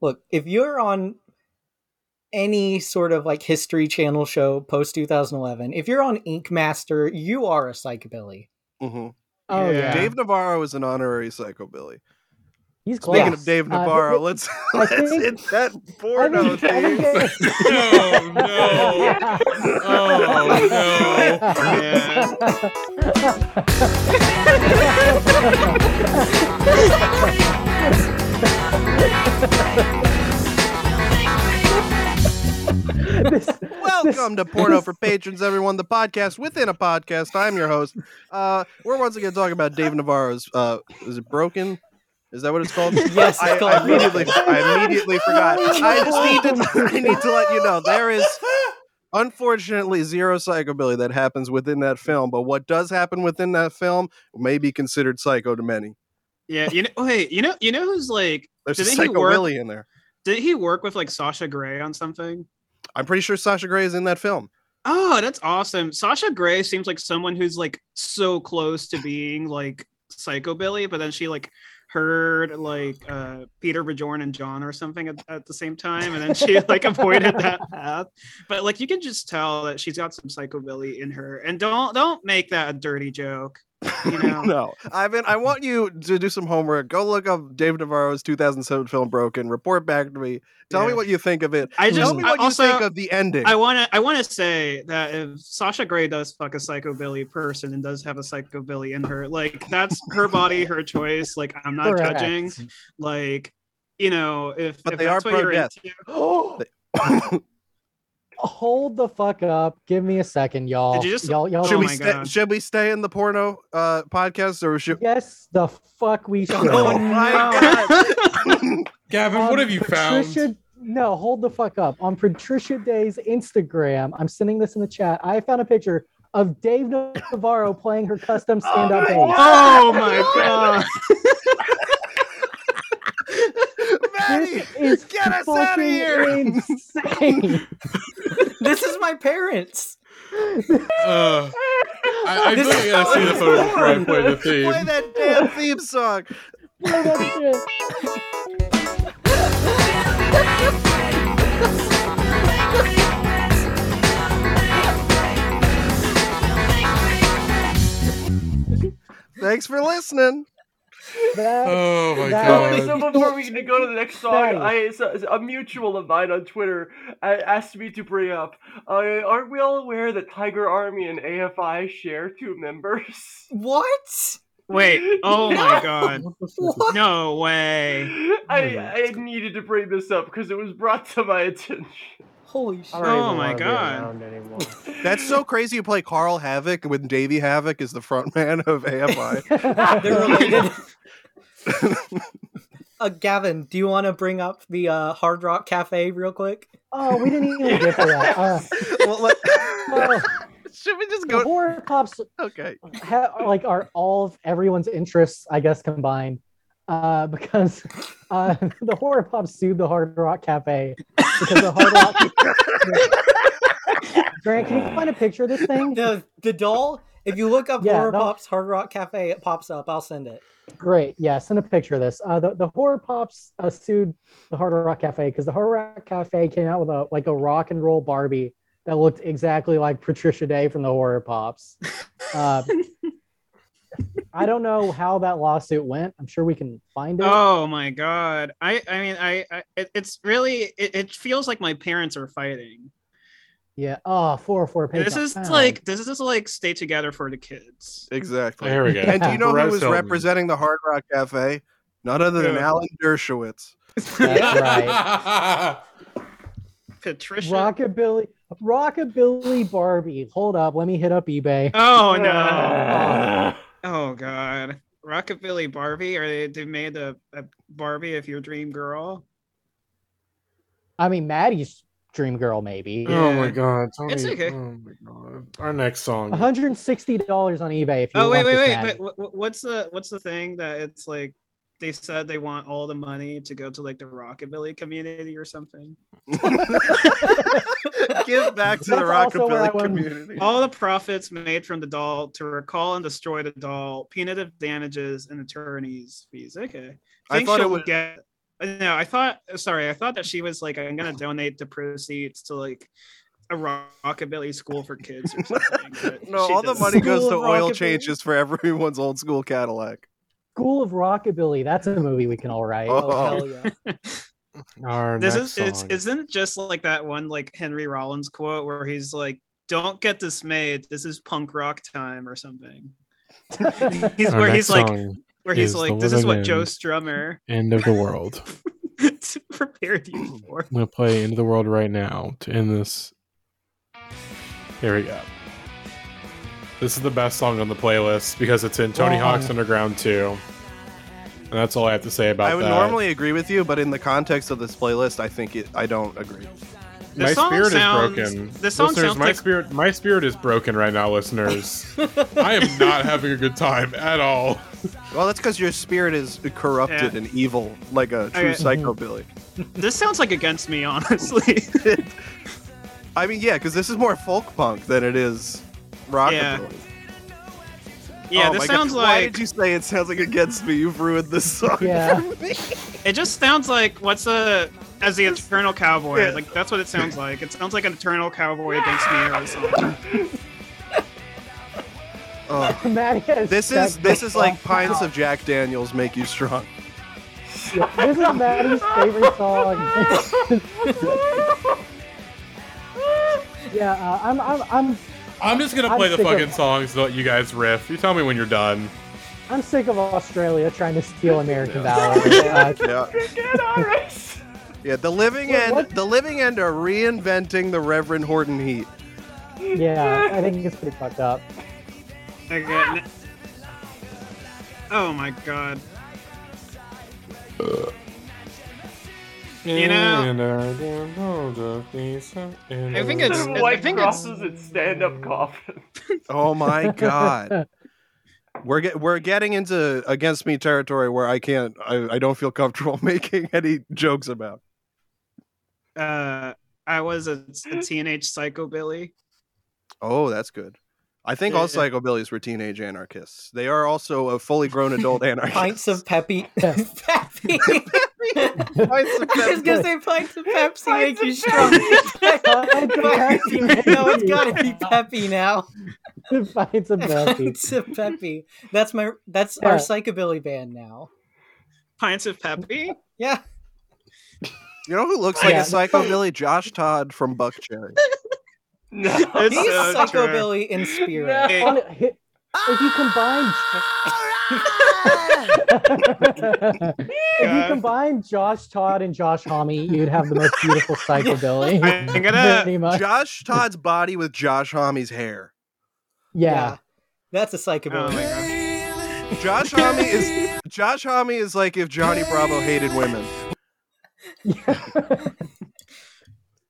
Look, if you're on any sort of like History Channel show post 2011, if you're on Ink Master, you are a psychobilly.
Mhm.
Oh
Yeah.
yeah.
Dave Navarro is an honorary psychobilly.
He's close.
Speaking
Yes.
of Dave
Uh,
Navarro, let's
I
let's
think-
hit that
I
porno
think- I think
thing.
Dave-
No, no. Oh, no.
Yeah.
Welcome to Porno for Patrons, everyone, the podcast within a podcast. I'm your host. Uh, we're once again talking about Dave Navarro's. Uh, is it Broken? Is that what it's called?
Yes, it's
I,
called
I immediately, I immediately forgot. I just need to, I need to let you know there is, unfortunately, zero psychobilly that happens within that film. But what does happen within that film may be considered psycho to many.
Yeah, you know, wait, you know, you know who's like?
There's a
Didn't he work-
psychobilly in there.
Did he work with like Sasha Grey on something?
I'm pretty sure Sasha Grey is in that film.
Oh, that's awesome. Sasha Grey seems like someone who's like so close to being like psychobilly, but then she like heard like uh Peter Bajorn and John or something at, at the same time, and then she like avoided that path. But like you can just tell that she's got some psychobilly in her. And don't don't make that a dirty joke. You know?
no, Ivan, I want you to do some homework. Go look up Dave Navarro's 2007 film Broken. Report back to me. Tell me
Yeah.
what you think of it.
I
Tell
just-
me
I
what
also-
you think of the ending.
I want to. I want to say that if Sasha Grey does fuck a psychobilly person and does have a psychobilly in her, like that's her body, her choice. Like I'm not
Correct.
judging. Like you know, if
But
if
they are
that's what you're
pro-death.
into-
Hold the fuck up. Give me a second, y'all.
Did you just-
y'all, y'all
should
Oh
we
my
stay,
God.
should we stay in the porno uh, podcast or should?
Yes, the fuck we should.
Oh my god!
Gavin,
On
what have you
Um, Patricia,
found?
No, hold the fuck up. On Patricia Day's Instagram, I'm sending this in the chat. I found a picture of Dave Navarro playing her custom stand-up
my
bass.
Oh my god!
Maddie,
This is
Get us outta
fucking
here!
insane.
This is my parents.
Uh, I, I feel
This
like I
is
gotta see the photo before I play the
play
theme.
that damn theme song.
Look at that shit.
Thanks for listening.
That-
Oh my
That-
So, so
god.
before we can go to the next song,
Sorry.
I, so- so a mutual of mine on Twitter uh, asked me to bring up. Uh, are we all aware that Tiger Army and AFI share two members?
What?
Wait! Oh my god!
What?
No way!
I, I needed to bring this up because it was brought to my attention.
Holy shit.
don't even Oh my wanna be God. around
That's so crazy. You play Carl Havoc with Davey Havoc is the front man of AFI.
They're related. uh, Gavin, do you want to bring up the uh, Hard Rock Cafe real quick?
oh, we didn't even get to that. Uh,
well, let-
well,
should we just
the
go?
horror pops
Okay.
ha- like are all of everyone's interests, I guess, combined. Uh, because uh, the horror pop sued the Hard Rock Cafe because the Hard Rock. Grant, can you find a picture of this thing?
The the doll. If you look up
Yeah,
Horror
no.
Pops Hard Rock Cafe, it pops up. I'll send it.
Great. Yeah, send a picture of this. Uh, the, the horror pops uh, sued the Hard Rock Cafe because the Hard Rock Cafe came out with a like a rock and roll Barbie that looked exactly like Patricia Day from the Horror Pops. Uh, I don't know how that lawsuit went. I'm sure we can find it.
Oh my god! I I mean I, I it, it's really it, it feels like my parents are fighting.
Yeah. Oh, four or four pages.
This is like this is like stay together for the kids.
Exactly.
There we go.
And do you know
Perez
who was
Hilton.
representing the Hard Rock Cafe? None other than
Who?
Alan Dershowitz.
That's right.
Patricia.
Rockabilly, Rockabilly Barbie. Hold up, let me hit up eBay.
Oh no. Oh god. Rockabilly Barbie, or they, they made a, a Barbie of your dream girl.
I mean, Maddie's dream girl, maybe.
Oh
Yeah.
my god. Tony.
It's okay.
Oh my god. Our next song.
One hundred and sixty dollars on eBay. If you
Oh wait,
want
wait,
this
wait!
ad.
But wh- wh- what's the what's the thing that it's like? They said they want all the money to go to like the rockabilly community or something.
Give back to the
That's also where I
rockabilly
went.
community.
All the profits made from the doll to recall and destroy the doll, punitive damages and attorneys fees. Okay,
I
Think
thought it
she'll
was-
get. No, I thought. Sorry, I thought that she was like, I'm gonna donate the proceeds to like a rockabilly school for kids or something.
Oh,
but
No,
she
all the
doesn't.
money goes to
School of
oil
Rockabilly.
changes for everyone's old school Cadillac.
School of Rockabilly. That's a movie we can all write.
Oh.
Oh, hell yeah.
Our
this
next
is it's
song.
isn't it just like that one like henry rollins quote where he's like don't get dismayed this is punk rock time or something he's
Our
where
next
he's like
song,
where he's
is
like
The
this is
Living
what
End."
joe strummer
End of the World.
prepared you for
I'm gonna play Into the World right now to end this. Here we go. This is the best song on the playlist because it's in Tony
Wow.
Hawk's Underground 2. And that's all I have to say about
I would
that.
normally agree with you, but in the context of this playlist, I think it, I don't agree.
The
my
song
spirit
sounds-
is broken.
the song
listeners,
sounds
my
like-
spirit my spirit is broken right now, listeners. I am not having a good time at all.
Well, that's because your spirit is corrupted
Yeah.
and evil, like a true
Okay.
Mm-hmm.
psychobilly.
this sounds like against me honestly
I mean, yeah, because this is more folk punk than it is rockabilly.
Yeah. yeah
Oh
this
my God.
sounds
Why
like
did you say it sounds like against me? You've ruined this song.
Yeah.
it just sounds like what's a as the eternal cowboy
Yeah.
like that's what it sounds like it sounds like an eternal cowboy against me or something
Oh.
Maddie has
This is
sex
this is like
doll.
pints of Jack Daniels make you strong.
Yeah, This is Maddie's favorite song. yeah, uh, I'm, I'm, I'm,
I'm just gonna
I'm
play the
sick of-
fucking songs to let you guys riff. You tell me when you're done.
I'm sick of Australia trying to steal American valor. Uh,
Yeah,
Get Iris.
yeah. The living
Wait,
end,
what?
the living end are reinventing the Reverend Horton Heat.
yeah, I think it's pretty fucked up.
Okay, uh, n- oh my god You know-
And I don't know the things I-
I think
It's,
it's- I
White
think it's-
crosses its stand-up coffin.
Oh my God. We're get, we're getting into against me territory where I can't I, I don't feel comfortable making any jokes about.
uh i was a, a teenage psychobilly
Oh, that's good. I think all psychobillies were teenage anarchists. They are also a fully grown adult anarchist.
Pints of Peppy.
Yeah.
Peppy.
Pints of
I was gonna say pints of Pepsi
Pints
make you
of
strong.
Pints of Pepsi.
no, it's gotta be Peppy now.
Pints of Pepsi.
Pints of Peppy. That's my. That's
Yeah.
our psychobilly band now.
pints of peppy
Yeah.
You know who looks like
Yeah.
a psychobilly? Josh Todd from Buckcherry.
No.
It's uh,
He's
so
psychobilly in spirit.
No.
true.
On- hi- if you combine
Ah,
if you
God.
combine Josh Todd and Josh Homme, you'd have the most beautiful psychobilly.
i'm gonna
Pretty much.
Josh Todd's body with Josh Homme's hair.
yeah.
That's a psychobilly.
oh my god
Josh Homme is Josh Homme is like if Johnny Bravo hated women.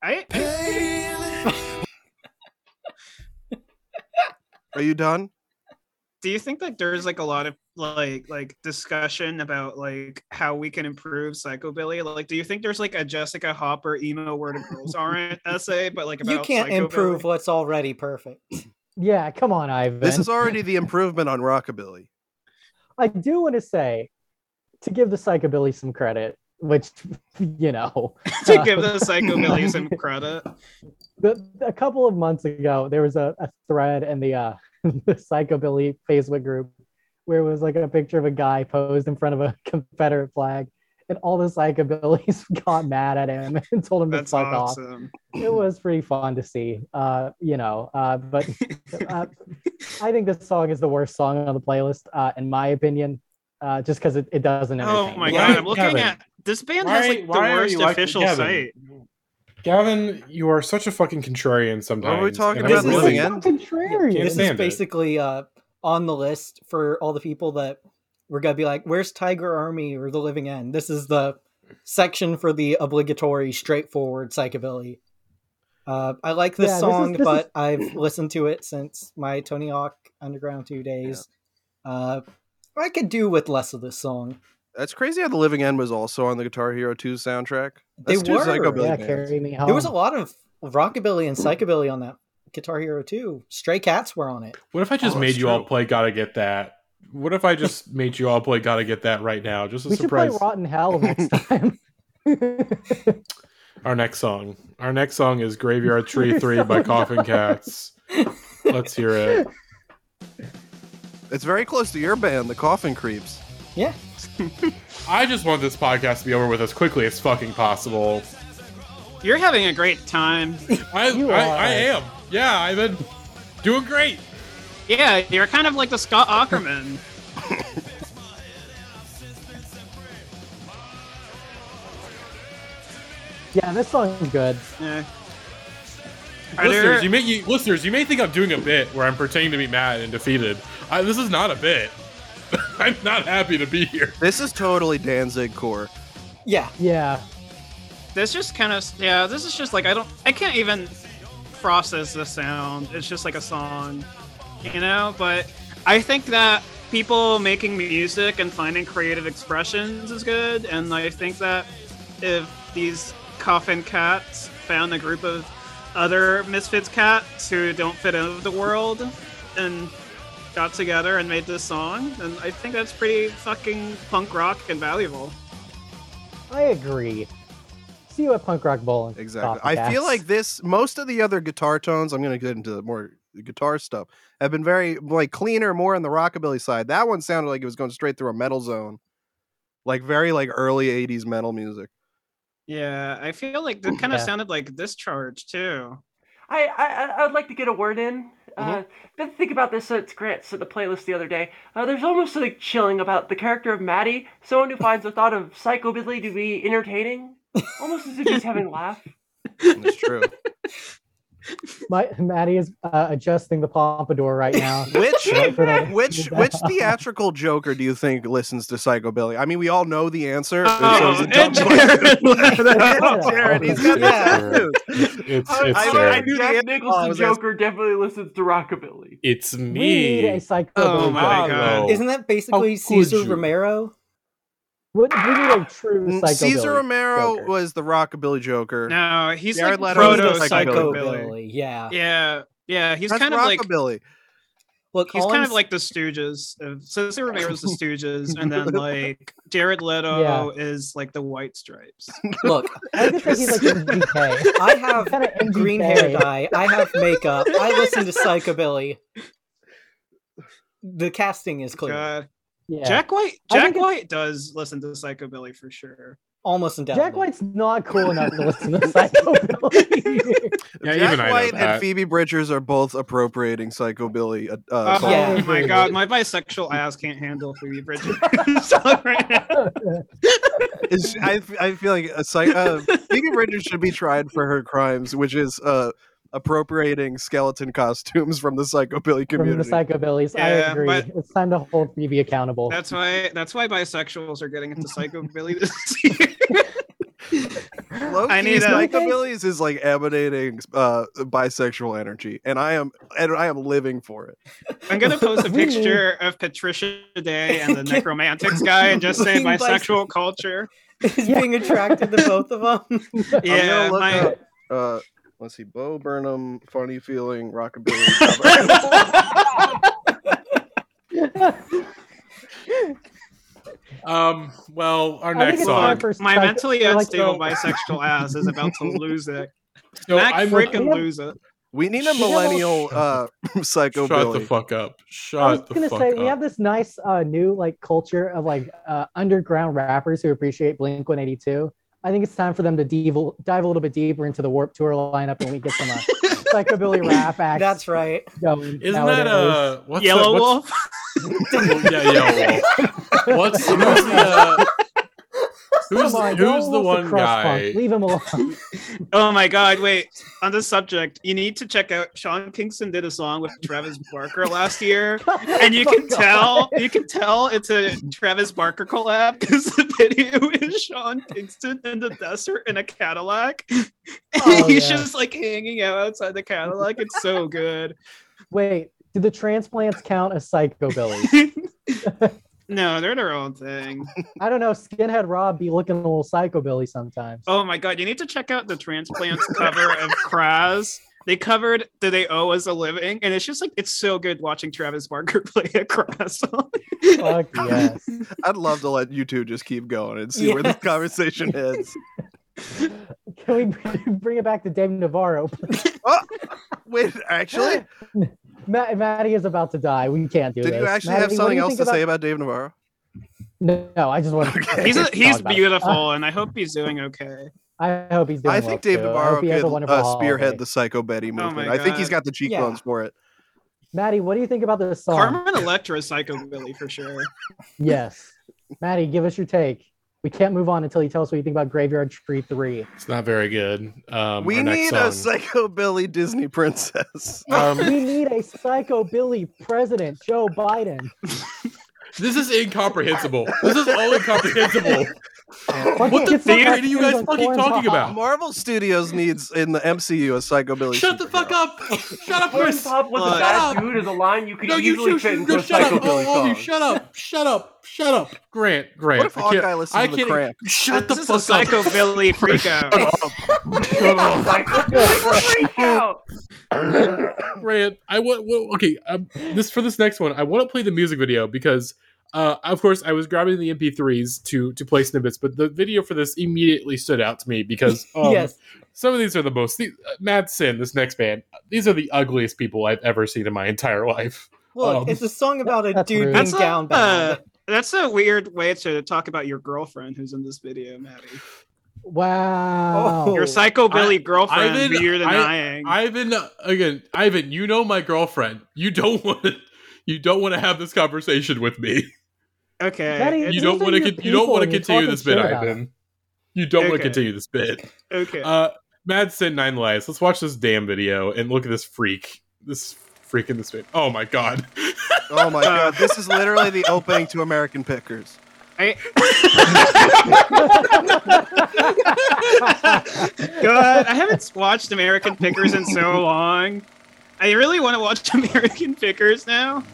I, I
Are you done?
do you think that there's like a lot of like like discussion about like how we can improve psychobilly like do you think there's like a jessica hopper emo where the girls aren't essay but like about
you can't improve
psychobilly?
what's already perfect.
Yeah, come on, Ivan.
This is already the improvement on rockabilly.
I do want to say, to give the psychobilly some credit, which you know, uh,
to give the psychobilly some credit
the, a couple of months ago there was a, a thread in the uh the psychobilly facebook group where it was like a picture of a guy posed in front of a confederate flag and all the psychobillies got mad at him and told him
That's
to fuck off
awesome.
it was pretty fun to see uh you know uh but uh, i think this song is the worst song on the playlist uh in my opinion uh just because it, it doesn't
Oh
entertain
my
me.
Why,
god, I'm looking
Kevin?
at this band
Why-
has like the
why are
worst
you like
official
Kevin?
site.
Gavin, you are such a fucking contrarian sometimes.
What are we talking
and I'm
about this
really-
again?
contrarian.
Yeah,
this
stand
is
it.
basically uh, on the list for all the people that were gonna be like, "Where's Tiger Army or The Living End?" This is the section for the obligatory, straightforward psychobilly. Uh, I like this
Yeah, this is-
song,
this
but
is-
I've listened to it since my Tony Hawk Underground Two days. Uh, I could do with less of this song.
That's crazy how The Living End was also on the Guitar Hero 2 soundtrack.
They
That's two
were.
psychobilly
yeah
bands.
carry me home
There was a lot of rockabilly and psychobilly on that Guitar Hero Two. Stray Cats were on it.
What if I just
Oh,
made
that's
you all
true.
play Gotta Get That? What if I just made you all play Gotta Get That right now? Just a
we should play
surprise.
rotten hell next time
Our next song. Our next song is Graveyard Tree 3
so
by Coffin Cats. Let's hear it.
It's very close to your band, The Coffin Creeps.
I just want this podcast to be over with as quickly as fucking possible.
You're having a great time.
I, I,
You are.
I am. Yeah, I've been doing great.
Yeah, you're kind of like the Scott Ackerman.
yeah this song's good
Yeah. Are
Listeners,
there,
you may you, listeners, you may think I'm doing a bit where I'm pretending to be mad and defeated. I, this is not a bit. I'm not happy to be here.
This is totally Danzig core.
Yeah,
yeah
this just kind of yeah. This is just like I don't. I can't even process the sound. It's just like a song, you know. But I think that people making music and finding creative expressions is good. And I think that if these coffin cats found a group of other misfits cats who don't fit into the world and got together and made this song, then I think that's pretty fucking punk rock and valuable.
i agree see you at punk rock bowling
Exactly.
Coffee
I feel
Cats.
like this. Most of the other guitar tones, I'm going to get into the more guitar stuff, have been very like cleaner, more on the rockabilly side. That one sounded like it was going straight through a metal zone, like very like early '80s metal music.
Yeah, I feel like it kind of
Yeah.
sounded like Discharge too.
I, I I- I would like to get a word in.
Mm-hmm.
Uh, been thinking about this since Grant sent the playlist the other day. Uh, there's almost something chilling about the character of Maddie, someone who finds the thought of psychobilly to be entertaining, almost as if he's having a laugh.
It's true.
my maddie is uh, adjusting the pompadour right now
which
Right for the-
which which theatrical joker do you think listens to psychobilly? I mean, we all know the answer.
Oh,
so it's a dumb
Ed
question.
Sheeran left
Ed
out.
Jared, he's got the
Yeah.
tattoos.
It's, it's, uh,
I, I,
Sarah.
learned
I knew the
Jack
answer while I
"Oh,
Nicholson
was asking.
Joker definitely listens to rockabilly.
It's
we need a
me.
psycho
Oh my
Hello.
god.
isn't that basically
could
Caesar
you?
Romero?
What, we need a true
Mm,
psychobilly.
Caesar Romero
Joker.
was the rockabilly Joker.
No, he's
Jared
like
Leto is
proto
the psychobilly.
psychobilly.
yeah.
Yeah, yeah, he's
That's
kind of like
rockabilly.
Look,
he's kind of
Colin's-
like the Stooges. Of, Cesar Romero's the Stooges, and then like Jared Leto is like the White Stripes.
look.
I just think he's like MGK.
I have
kind of MGK.
green hair dye. I have makeup. I listen to psychobilly. The casting is clear,
God.
Yeah.
Uh, Jack
I
White,
think
Jack
it's-
White does listen to psychobilly for sure.
almost undoubtedly.
Jack White's not cool enough to listen to psychobilly.
Yeah,
Jack
even I know
White
that.
and Phoebe Bridgers are both appropriating psychobilly. Uh, uh,
Oh
songs.
yeah.
my god, my bisexual ass can't handle Phoebe Bridgers song right now.
Is- I, f- I feel like a psych, uh, Phoebe Bridgers should be tried for her crimes, which is uh, appropriating skeleton costumes from the psychobilly
From the
community.
psychobillies, I
Yeah,
agree.
but-
It's time to hold Phoebe accountable.
That's why. That's why bisexuals are getting into psychobilly this year.
Low-key,
I need a-
psychobillies is like emanating uh, bisexual energy, and I am and I am living for it.
I'm gonna post a
We need-
picture of Patricia Day and the Necromantics guy and just say
Being bis-
bisexual culture.
is being attracted to both of them.
I'm
Yeah,
gonna look
my,
up, uh, let's see, Bo Burnham, funny feeling, rockabilly.
Um, well, our
I think
next
it's time
song.
for
my
psycho-
mentally
for, like,
unstable
the-
bisexual ass is about to lose it.
So
Mac
I'm,
freaking
looking-
lose it.
We need a
Shut up.
millennial uh,
Shut the
psychobilly.
fuck up.
I was
Shut the
gonna
fuck
say
up.
we have this nice uh, new like culture of like uh, underground rappers who appreciate Blink 182. I think it's time for them to dive, dive a little bit deeper into the Warp Tour lineup and we get some uh, psychobilly rap acts
That's right.
going.
Isn't
nowadays.
that uh what's
Yellow
the,
Wolf.
Wolf? Yeah, Yellow Wolf. What's who's the uh, who's,
Come
who's
on, Yellow
the
Wolf's a
one
crust
guy?
punk. Leave him alone.
Oh my god, wait. On this subject, you need to check out Sean Kingston did a song with Travis Barker last year. And you can
Fuck
tell
off.
you can tell it's a Travis Barker collab because the video is Sean Kingston in the desert in a Cadillac. And
Oh,
he's
yeah.
just like hanging out outside the Cadillac. It's so good.
Wait, do the transplants count as psychobilly?
no, they're their own thing.
I don't know. Skinhead Rob be looking a little psychobilly sometimes.
Oh my god, you need to check out the transplants cover of Kraz. They covered Do They Owe Us a Living? And it's just like it's so good watching Travis Barker play a Kraz song.
Fuck yes.
I'd love to let you two just keep going and see where this
Yes.
conversation heads.
Can we br- bring it back to Dave Navarro?
Wait, actually,
Matt, Maddie is about to die. We can't do
did
this.
you actually
Maddie,
have
what do
something
you
else
think
to
about-
say about Dave Navarro?
No, no, I just want. to
He's a,
talk
he's
about it.
beautiful, and I hope he's doing okay.
I hope he's doing.
I
well,
think Dave
too. I
Navarro
hope he has a
could
wonderful
uh, spearhead
holiday.
the psycho
Oh
Betty
my
movement. I think he's
God.
got the cheekbones for it.
Maddie, what do you think about this song?
Carmen Electra is psychobilly for sure.
Yes, Maddie, give us your take. We can't move on until you tell us what you think about Graveyard Tree Three.
It's not very good. Um
we
our next
need
song.
a psychobilly Disney princess.
um,
We need a psychobilly president, Joe Biden.
this is incomprehensible. This is all incomprehensible.
Fucking
What the
get some
fuck are you
raccoons
guys
on
fucking
corn
talking
pop.
about?
Marvel Studios needs in the MCU a psychobilly.
Shut the fuck
superhero.
up! Shut up,
Corn
Chris!
Pop was
Look.
a
Shut
bad
up.
dude is a line you could
No, you
usually
shoot,
fit
shoot,
into
no,
a
shut up! All,
psychobilly
all of you,
song.
shut up! Shut up! Shut up! Grant, Grant.
What if
I can't-
Hawkeye
I
listens to the
can't-
cramp?
Shut the
this is a
fuck up!
psychobilly freakout.
Psychobilly freak out.
Grant, I want. Well, okay, um, this for this next one, I want to play the music video because, uh, of course, I was grabbing the MP3s to to play snippets, but the video for this immediately stood out to me because um,
yes.
some of these are the most. The, uh, Mad Sin, this next band, these are the ugliest people I've ever seen in my entire life.
Look,
um,
it's a song about a
That's
dude
rude.
being
That's
down
a, uh,
bad.
that's a weird way to talk about your girlfriend who's in this video, Maddie.
Wow.
Oh.
Your psychobilly girlfriend
I've been-
who you're
I-
denying.
Ivan, again, Ivan, you know my girlfriend. You don't want to. You don't want to have this conversation with me.
okay.
Maddie,
it's-
you
These
don't
are
want to.
your
Con- you don't
people
want to
and you're
continue
talking
this bit,
shit about
Ivan. You don't want to
Okay.
continue this bit.
okay.
Uh, Mad Sin Nine Lives. Let's watch this damn video and look at this freak. This freak in this video. Oh my god.
Oh my god, this is literally the opening to American Pickers.
I... God, I haven't watched American Pickers in so long. I really want to watch American Pickers now.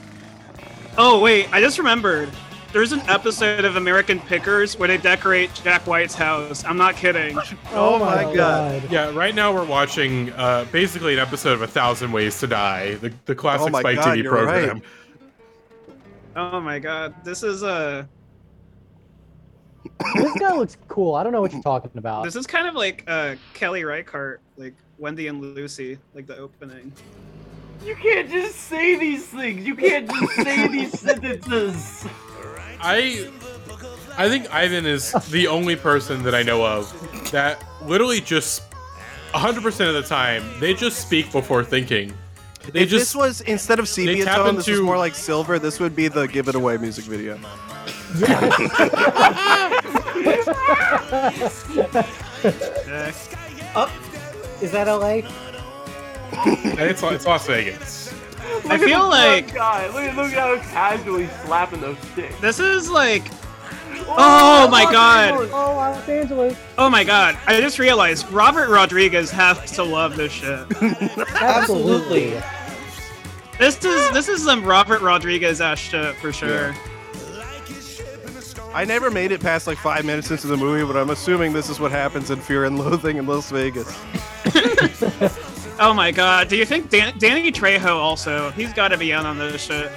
Oh wait, I just remembered. There's an episode of American Pickers where they decorate Jack White's house. I'm not kidding.
Oh my God.
yeah, right now we're watching uh, basically an episode of A Thousand Ways to Die, the, the classic
Oh my
Spike
God,
TV
you're
program.
right.
Oh my god, this is uh,
This guy looks cool. I don't know what you're talking about.
this is kind of like uh Kelly Reichardt, like Wendy and Lucy, like the opening.
You can't just say these things. You can't just say these sentences.
I I think Ivan is the only person that I know of that literally just 100% of the time they just speak before thinking. They
if
just
this was instead of sepia
tap
tone, this is
into-
more like silver. This would be the give it away music video.
Uh,
Is that LA?
it's, it's Las Vegas.
Look
I
at
feel
this
like-
one guy. Oh, Look at look at how casually he's slapping those sticks.
this is like Oh my god.
Oh, Los Angeles.
Oh my god. I just realized Robert Rodriguez has to love this shit.
Absolutely.
This is this is some Robert Rodriguez ass shit for sure.
I never made it past like five minutes into the movie, but I'm assuming this is what happens in Fear and Loathing in Las Vegas.
Oh my god. Do you think Dan- Danny Trejo also? He's got to be in on this shit.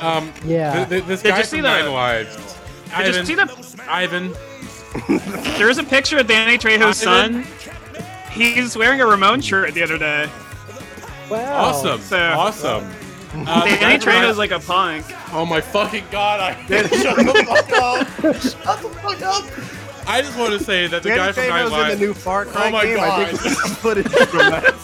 Um,
Yeah.
th- th- this
Did
guy
you
from
see the-
Nine Lives.
Did you
Ivan,
see the-
Ivan,
There is a picture of Danny Trejo's
Ivan.
son. He's wearing a Ramon shirt the other day.
Oh.
Wow.
Awesome.
So-
awesome. Uh,
Danny
that reminds-
Trejo's like a punk.
Oh my fucking god, I shut the fuck up.
Shut the fuck up!
I just want to say that the guy
Danny
from
Trejo's
Night
in
Live.
the new Far Cry
Oh my
game. I think
God.
we should put it in from that.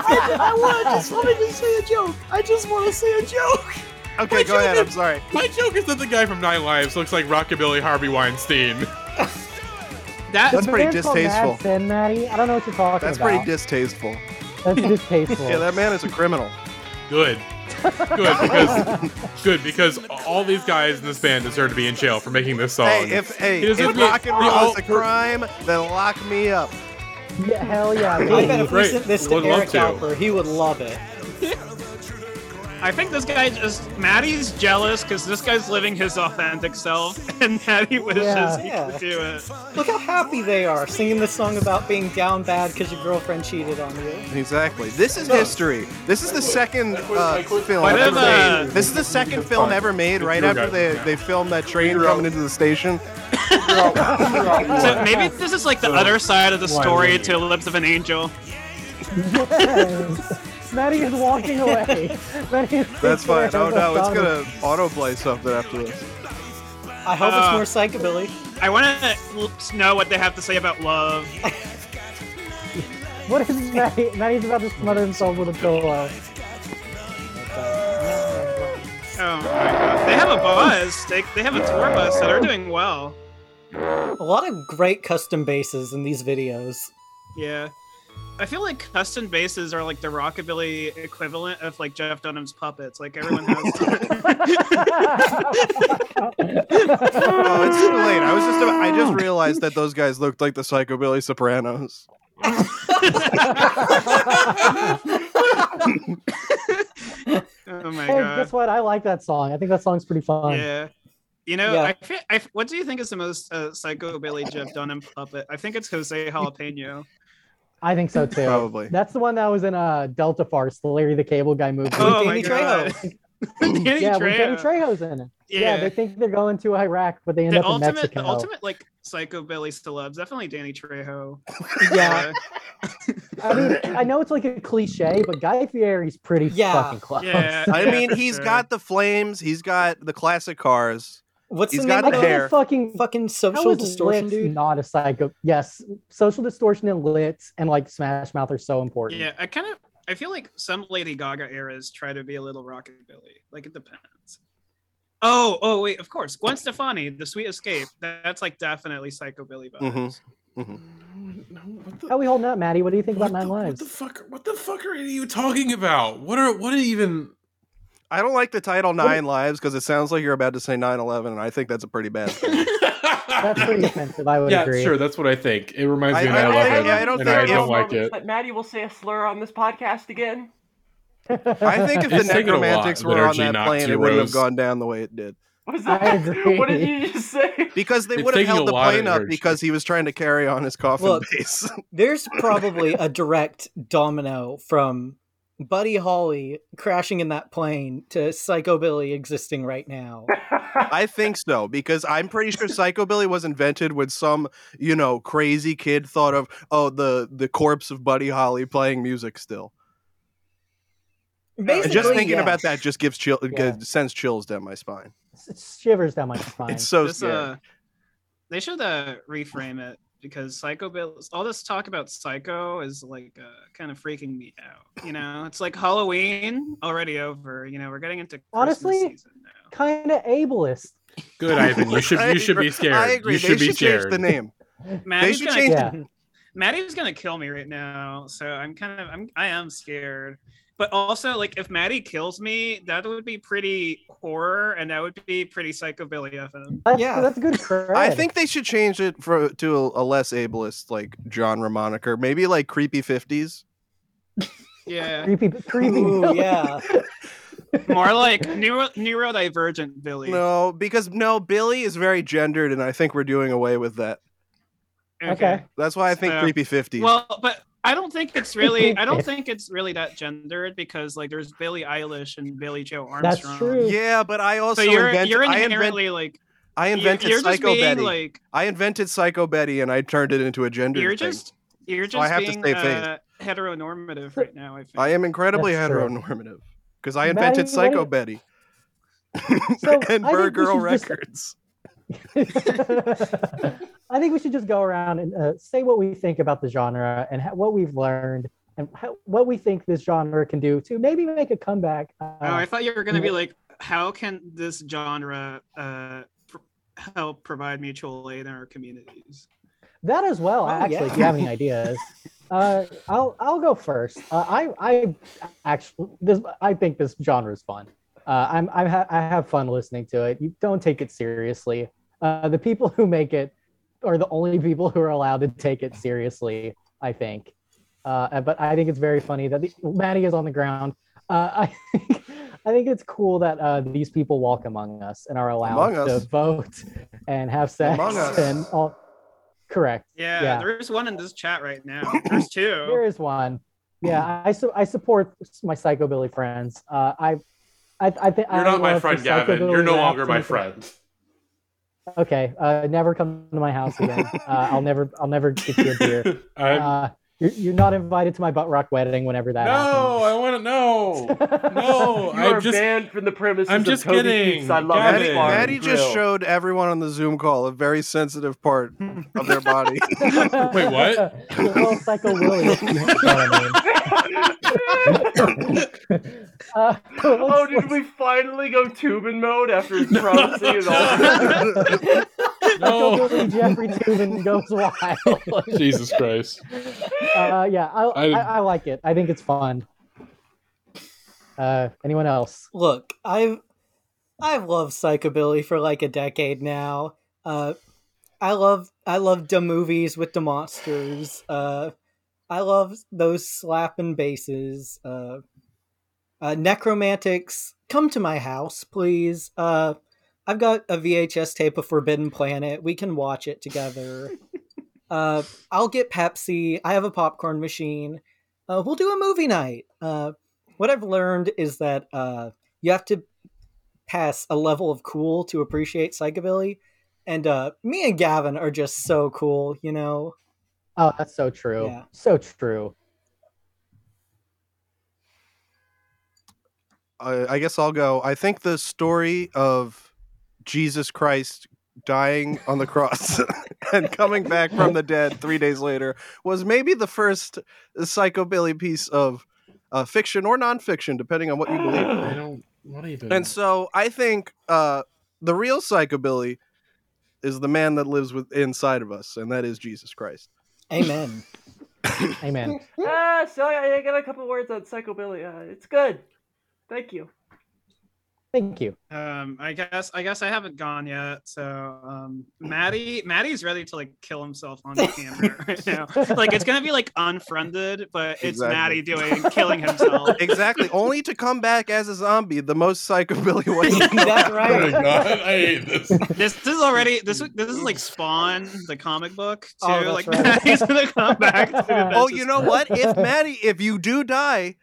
I want to just let me just say a joke. I just want to say a joke.
Okay,
Wait,
go ahead.
Jonathan.
I'm sorry.
my joke is that the guy from Night Lives looks like Rockabilly Harvey Weinstein.
That
That's
The
pretty
band's called
distasteful.
Mad Sin, Maddie. I don't know what you're talking
That's
about.
pretty distasteful.
That's distasteful.
Yeah, that man is a criminal.
Good. Good because good because all these guys in this band deserve to be in jail for making this song.
Hey, if hey,
He doesn't
if
be-
rock and
we
roll
all-
is a crime, then lock me up.
Yeah, hell yeah.
I
baby.
bet if we
Great.
sent this to
Would love
Eric
to.
Alper, he would love it.
I think this guy just Maddie's jealous because this guy's living his authentic self, and Maddie wishes
Yeah.
he
Yeah.
could do it.
Look how happy they are singing this song about being down bad because your girlfriend cheated on you.
Exactly. This is history. This is the second uh, film
What
ever
if, uh,
made. This is the second film ever made. Right
You're
after
right.
they they filmed that train coming into the station.
So maybe this is like the other side of the story to Lips of an Angel.
Maddie is walking away. Maddie is
That's fine.
Oh
Oh no, it's gonna autoplay something after this.
I hope
Uh,
it's more psychobilly.
I want to know what they have to say about love.
What is Maddie? Maddie's about to smother himself with a pillow.
Oh my god, they have a bus. They, they have a tour bus, so they're doing well.
A lot of great custom bases in these videos.
Yeah. I feel like custom bases are like the rockabilly equivalent of like Jeff Dunham's puppets. Like everyone has.
Oh, it's too late. I was just about, I just realized that those guys looked like the psychobilly Sopranos.
oh my
Hey,
god.
guess what? I like that song. I think that song's pretty fun.
Yeah. You know,
Yeah.
I, fe- I f- what do you think is the most uh, psychobilly Jeff Dunham puppet? I think it's Jose Jalapeno.
I think so too.
Probably.
That's the one that was in uh, Delta Farce, the Larry the Cable Guy movie.
oh
Danny
my god. Danny
yeah, with Danny
Trejo.
Trejo's in it. Yeah.
yeah.
they think they're going to Iraq, but they end
the
up in
ultimate,
Mexico.
the ultimate like psychobilly celebs, definitely Danny Trejo.
Yeah,
I mean, I know it's like a cliche, but Guy Fieri's pretty
Yeah.
fucking close.
Uh, yeah.
I
yeah,
mean,
for
he's
sure.
got the flames. He's got the classic cars.
what's
He's
the name
got
I
of
the
think
that
hair.
it's fucking
fucking
How
social
is
distortion,
Lit
dude?
Not a psycho. Yes, social distortion and lit and like Smash Mouth are so important.
Yeah, I kind of I feel like some Lady Gaga eras try to be a little rockabilly. Like it depends. Oh, oh wait, of course, Gwen Stefani, The Sweet Escape. That, that's like definitely psychobilly vibes.
Mhm.
What the-
How are we holding up, Maddie? What do you think
what
about Nine
the- What the
Lives?
fuck? What the fuck are you talking about? What are what are even?
I don't like the title Nine Lives because it sounds like you're about to say 9 11, and I think that's a pretty bad thing.
That's pretty offensive. I would
yeah,
agree.
sure. That's what I think. It reminds
I-
me of
I don't
9/11,
think- yeah, I don't
and I
think-
don't
it's-
like it.
But Maddie will say a slur on this podcast again.
I think if the
It's taken a lot
necromantics
that
were on
RG
that
knocked
plane,
you,
it wouldn't have
Rose.
gone down the way it did.
What was
I
that?
agree.
What did you just say?
Because they
It's
would have
taking
held
a
the
lot to
plane up
urge
because he was trying to carry on his coffin
Look.
base.
There's probably a direct domino from Buddy Holly crashing in that plane to Psychobilly existing right now.
I think so, because I'm pretty sure Psychobilly was invented when some, you know, crazy kid thought of, oh, the, the corpse of Buddy Holly playing music still.
Basically,
And just thinking
yeah.
about that just gives chill,
Yeah.
g- sends chills down my spine.
S- shivers down my spine.
It's so
This,
scary.
uh, they should uh, reframe it because psychobilly. All this talk about psycho is like uh, kind of freaking me out. You know, it's like Halloween already over. You know, we're getting into Christmas
Honestly,
season now.
kind of ableist.
Good, Ivan. You should
I
you should
agree-
be scared.
I agree.
You
They
should be
change
scared.
the name. They
Maddie's
should
gonna,
change
Yeah.
Maddie's gonna kill me right now, so I'm kind of I'm I am scared. But also, like, if Maddie kills me, that would be pretty horror, and that would be pretty psychobilly of him.
That's,
Yeah.
that's good. Cred.
I think they should change it for to a, a less ableist like genre moniker. Maybe like creepy fifties.
Yeah,
creepy, creepy.
Ooh,
villain.
yeah.
more like neuro neurodivergent Billy.
No, because no, Billy is very gendered, and I think we're doing away with that.
Okay.
That's why I think
So-
creepy fifties.
Well, but I don't think it's really I don't think it's really that gendered because like there's Billie Eilish and Billy Joe
That's
Armstrong.
true.
yeah, but I
So
also
you're
invented.
you're
I, invent,
inherently like
I
you-
invented
you're just
Psycho
being
Betty.
like
I invented Psycho Betty, and I turned it into a gender
you're
thing.
just you're just
So I have to
being
stay phased.
uh, heteronormative right now. I think.
I am incredibly
That's true.
heteronormative because I invented
Maddie, what
Psycho
if-
Betty
So,
and
I think we
Bird Girl
should just-
Records.
I think we should just go around and uh, say what we think about the genre and ha- what we've learned and how, what we think this genre can do to maybe make a comeback. Uh,
oh, I thought you were gonna be like, how can this genre uh, pr- help provide mutual aid in our communities?
that as well,
Oh,
actually.
yeah.
If you have any ideas, uh, I'll I'll go first. Uh, I I actually this I think this genre is fun. Uh, I'm I, ha- I have fun listening to it. You don't take it seriously. Uh, the people who make it are the only people who are allowed to take it seriously. I think, uh, but I think it's very funny that the, Maddie is on the ground. Uh, I think I think it's cool that uh, these people walk among us and are allowed
Among us.
to vote and have sex
Among us.
and all. Correct.
Yeah,
Yeah.
there's one in this chat right now. There's two.
There is one. Yeah, I su- I support my psychobilly friends. Uh, I I I think
You're not my friend, Gavin. You're no longer my friend.
Okay, uh, never come to my house again. uh, I'll never I'll never get you a beer.
I'm,
Uh, you're, you're not invited to my butt rock wedding whenever that
no, I want to know.
happens.
No,
You are
I'm just.
banned from the premises.
I'm
of
just
Toby
kidding.
Keith's I love
Gavin.
His
Maddie,
Bar and
Maddie just
Grill.
showed everyone on the Zoom call a very sensitive part of their body.
Wait, what?
Your little psycho Willie. if you know what I mean. Uh,
oh, did we finally go Tubin mode after promising it all?
No,
Psychobilly Jeffrey Tubin goes wild.
Jesus Christ.
uh, yeah, I, I,
I-
I, like it. I think it's fun. Uh, anyone else?
Look, I've I've loved psychobilly for like a decade now. Uh, I love I love the movies with the monsters. Uh, I love those slapping basses. Uh, uh, necromantics, come to my house, please. Uh, I've got a VHS tape of Forbidden Planet. We can watch it together. uh, I'll get Pepsi. I have a popcorn machine. Uh, we'll do a movie night. Uh, what I've learned is that uh, you have to pass a level of cool to appreciate psychobilly. And uh, me and Gavin are just so cool, you know.
Oh, that's so true.
Yeah.
So true.
I, I guess I'll go. I think the story of Jesus Christ dying on the cross and coming back from the dead three days later was maybe the first psychobilly piece of uh, fiction or nonfiction, depending on what you believe.
I don't. Not even.
And so I think uh, the real psychobilly is the man that lives with inside of us, and that is Jesus Christ.
Amen.
Amen.
ah, so I, I got a couple words on psychobilly. Uh, it's good. Thank you.
Thank you.
Um, I guess I guess I haven't gone yet. So um, Maddie Maddie's ready to like kill himself on camera right now. Like it's gonna be like unfriended, but it's
Exactly.
Maddie doing killing himself.
Exactly. Only to come back as a zombie, the most psychobilly way.
That's
Oh my
right.
god, I hate this.
This this is already this this is like Spawn the comic book too.
Oh, that's
like
right.
Maddie's gonna come back. To the
Oh,
benches.
you know what? If Maddie, if you do die,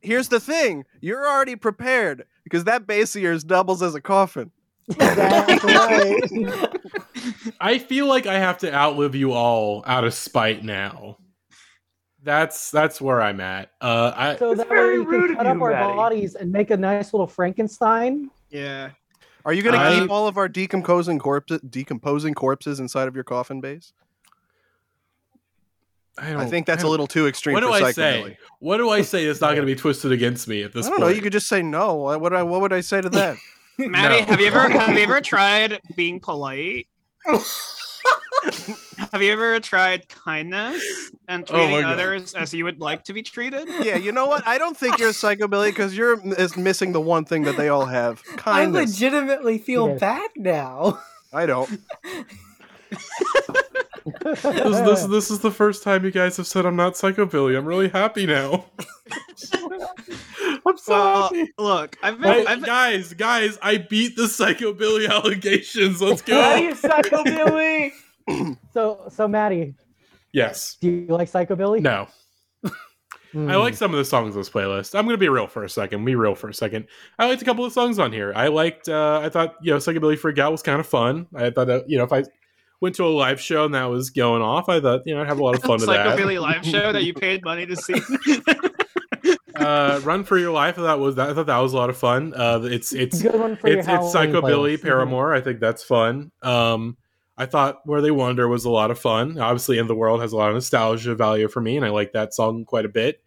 here's the thing: you're already prepared because that base of yours doubles as a coffin.
That's right.
I feel like I have to outlive you all out of spite now. That's that's where I'm at. Uh, I
So
It's
that way
very
we
rude of
can cut
you,
up our
Maddie.
bodies and make a nice little Frankenstein.
Yeah.
Are you going to
I-
keep all of our decomposing corpses, decomposing corpses inside of your coffin base?
I,
I
don't-
think that's
I
a
don't-
little too extreme.
What do
for
I
psychobilly.
say? What do I say that's not going to be twisted against me at
I
this
don't
point?
know. You could just say no. What would I? What would I say to that?
Maddie,
No.
have you ever have you ever tried being polite? have you ever tried kindness and
Oh my
treating
God.
others as you would like to be treated?
yeah, you know what? I don't think you're psychobilly because you're m- is missing the one thing that they all have:
I
kindness.
legitimately feel
Yes.
bad now.
I don't.
this, this this is the first time you guys have said I'm not psychobilly. I'm really happy now. I'm so
Uh,
Well,
happy.
look, I've been,
Wait,
I've been,
guys, guys, I beat the psychobilly allegations. Let's
Maddie
go.
is psychobilly.
So, so Maddie,
yes.
do you like psychobilly?
No.
Hmm.
I like some of the songs on this playlist. I'm gonna be real for a second. Be real for a second. I liked a couple of songs on here. I liked. Uh, I thought you know, Psychobilly Freak Out was kind of fun. I thought that you know, if I went to a live show and that was going off. I thought, you know, I'd have a lot of fun
It's
with
like a
that.
Billy Live show that you paid money to see.
uh, Run for Your Life. I thought was that. I thought that was a lot of fun. Uh, it's it's
Good one for
it's
your
it's
Halloween
psychobilly
playlist. Mm-hmm.
paramore i think that's fun um i thought where they wander was a lot of fun obviously in the world has a lot of nostalgia value for me and i like that song quite a bit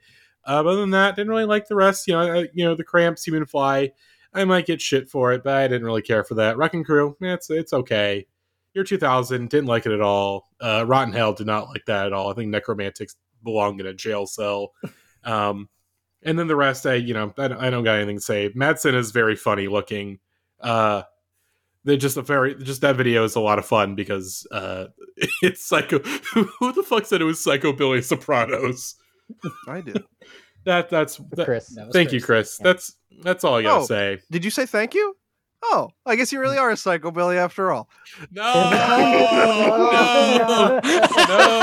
uh, but other than that didn't really like the rest you know I, you know the cramps human fly i might get shit for it but i didn't really care for that wrecking crew eh, it's it's okay year 2000 didn't like it at all uh rotten hell did not like that at all i think necromantics belong in a jail cell um and then the rest i you know i don't, I don't got anything to say madsen is very funny looking uh they're just a very just that video is a lot of fun because uh it's psycho who the fuck said it was psycho billy sopranos
I did.
that that's that,
Chris.
That was
thank you chris
Yeah.
that's that's all i gotta
Oh.
say
Did you say thank you? Oh, I guess you really are a psychobilly after all.
no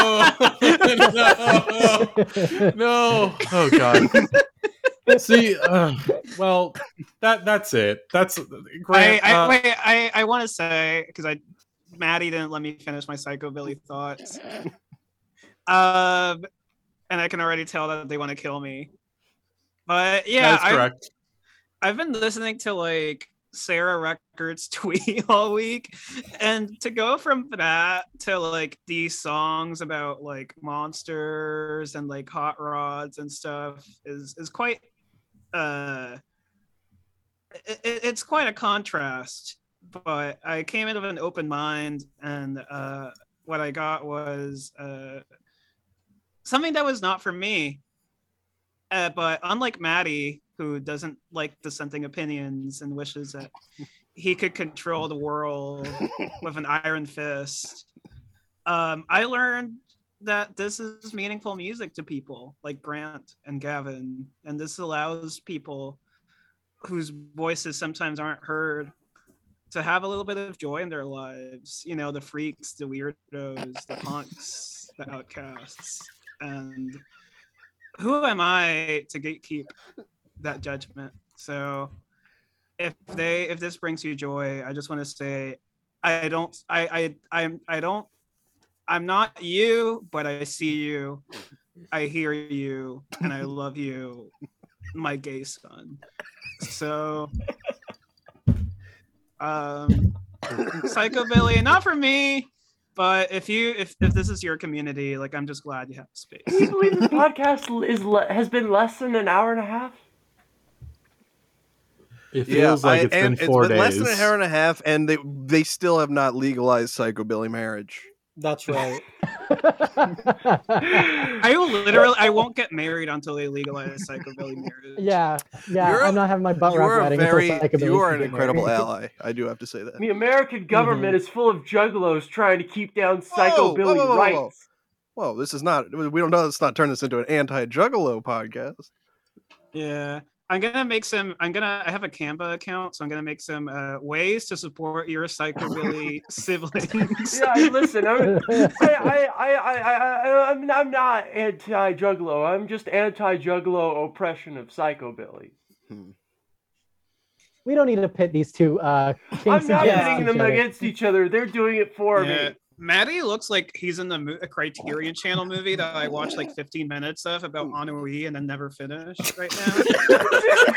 no
Oh,
Oh,
no no oh god see uh, well that that's it that's
I,
great Uh,
I, wait, I, I want to say because I Maddie didn't let me finish my psychobilly thoughts. um, and I can already tell that they want to kill me. But yeah,
that's
I,
correct
I've been listening to like Sarah Records tweet all week, and to go from that to like these songs about like monsters and like hot rods and stuff is is quite uh it, it's quite a contrast. But I came in with an open mind, and uh, what I got was uh, something that was not for me. Uh, but unlike Maddie, who doesn't like dissenting opinions and wishes that he could control the world with an iron fist, um, I learned that this is meaningful music to people like Grant and Gavin. And this allows people whose voices sometimes aren't heard to have a little bit of joy in their lives. You know, the freaks, the weirdos, the punks, the outcasts. And who am I to gatekeep that judgment? So if they if this brings you joy, I just want to say I don't I I I'm I don't I'm not you, but I see you. I hear you and I love you, my gay son. So um psychobilly, not for me, but if you if if this is your community, like I'm just glad you have
Can you
space.
believe this podcast is le- has been less than an hour and a half?
it
Yeah,
feels like
I-
it's
and
been 4 days
less than an hour and a half, and they they still have not legalized psychobilly marriage.
That's right.
I will literally I won't get married until they legalize psychobilly marriage.
yeah, yeah.
You're a-
I'm not having my butt
you
rock
are a
wedding
very
until psychobilly
you are an
can get
incredible
married.
ally. I do have to say that.
The American government is
Mm-hmm.
full of juggalos trying to keep down
Whoa,
psychobilly
whoa, whoa, whoa, whoa.
rights.
Whoa, this is not. We don't know. Let's not turn this into an anti-juggalo podcast.
Yeah. I'm gonna make some. I'm gonna. I have a Canva account, so I'm gonna make some uh, ways to support your psychobilly siblings.
Yeah, listen, I'm, I, I, I, I, I, I- I'm, I'm not anti-juggalo. I'm just anti-juggalo oppression of psychobilly.
we don't need to pit these two uh,
I'm
kinks
not
against
pitting
each
them
other.
against each other. They're doing it for
Yeah.
me.
Maddie looks like he's in the mo- a Criterion Channel movie that I watched like 15 minutes of about Anui and then never finished right now.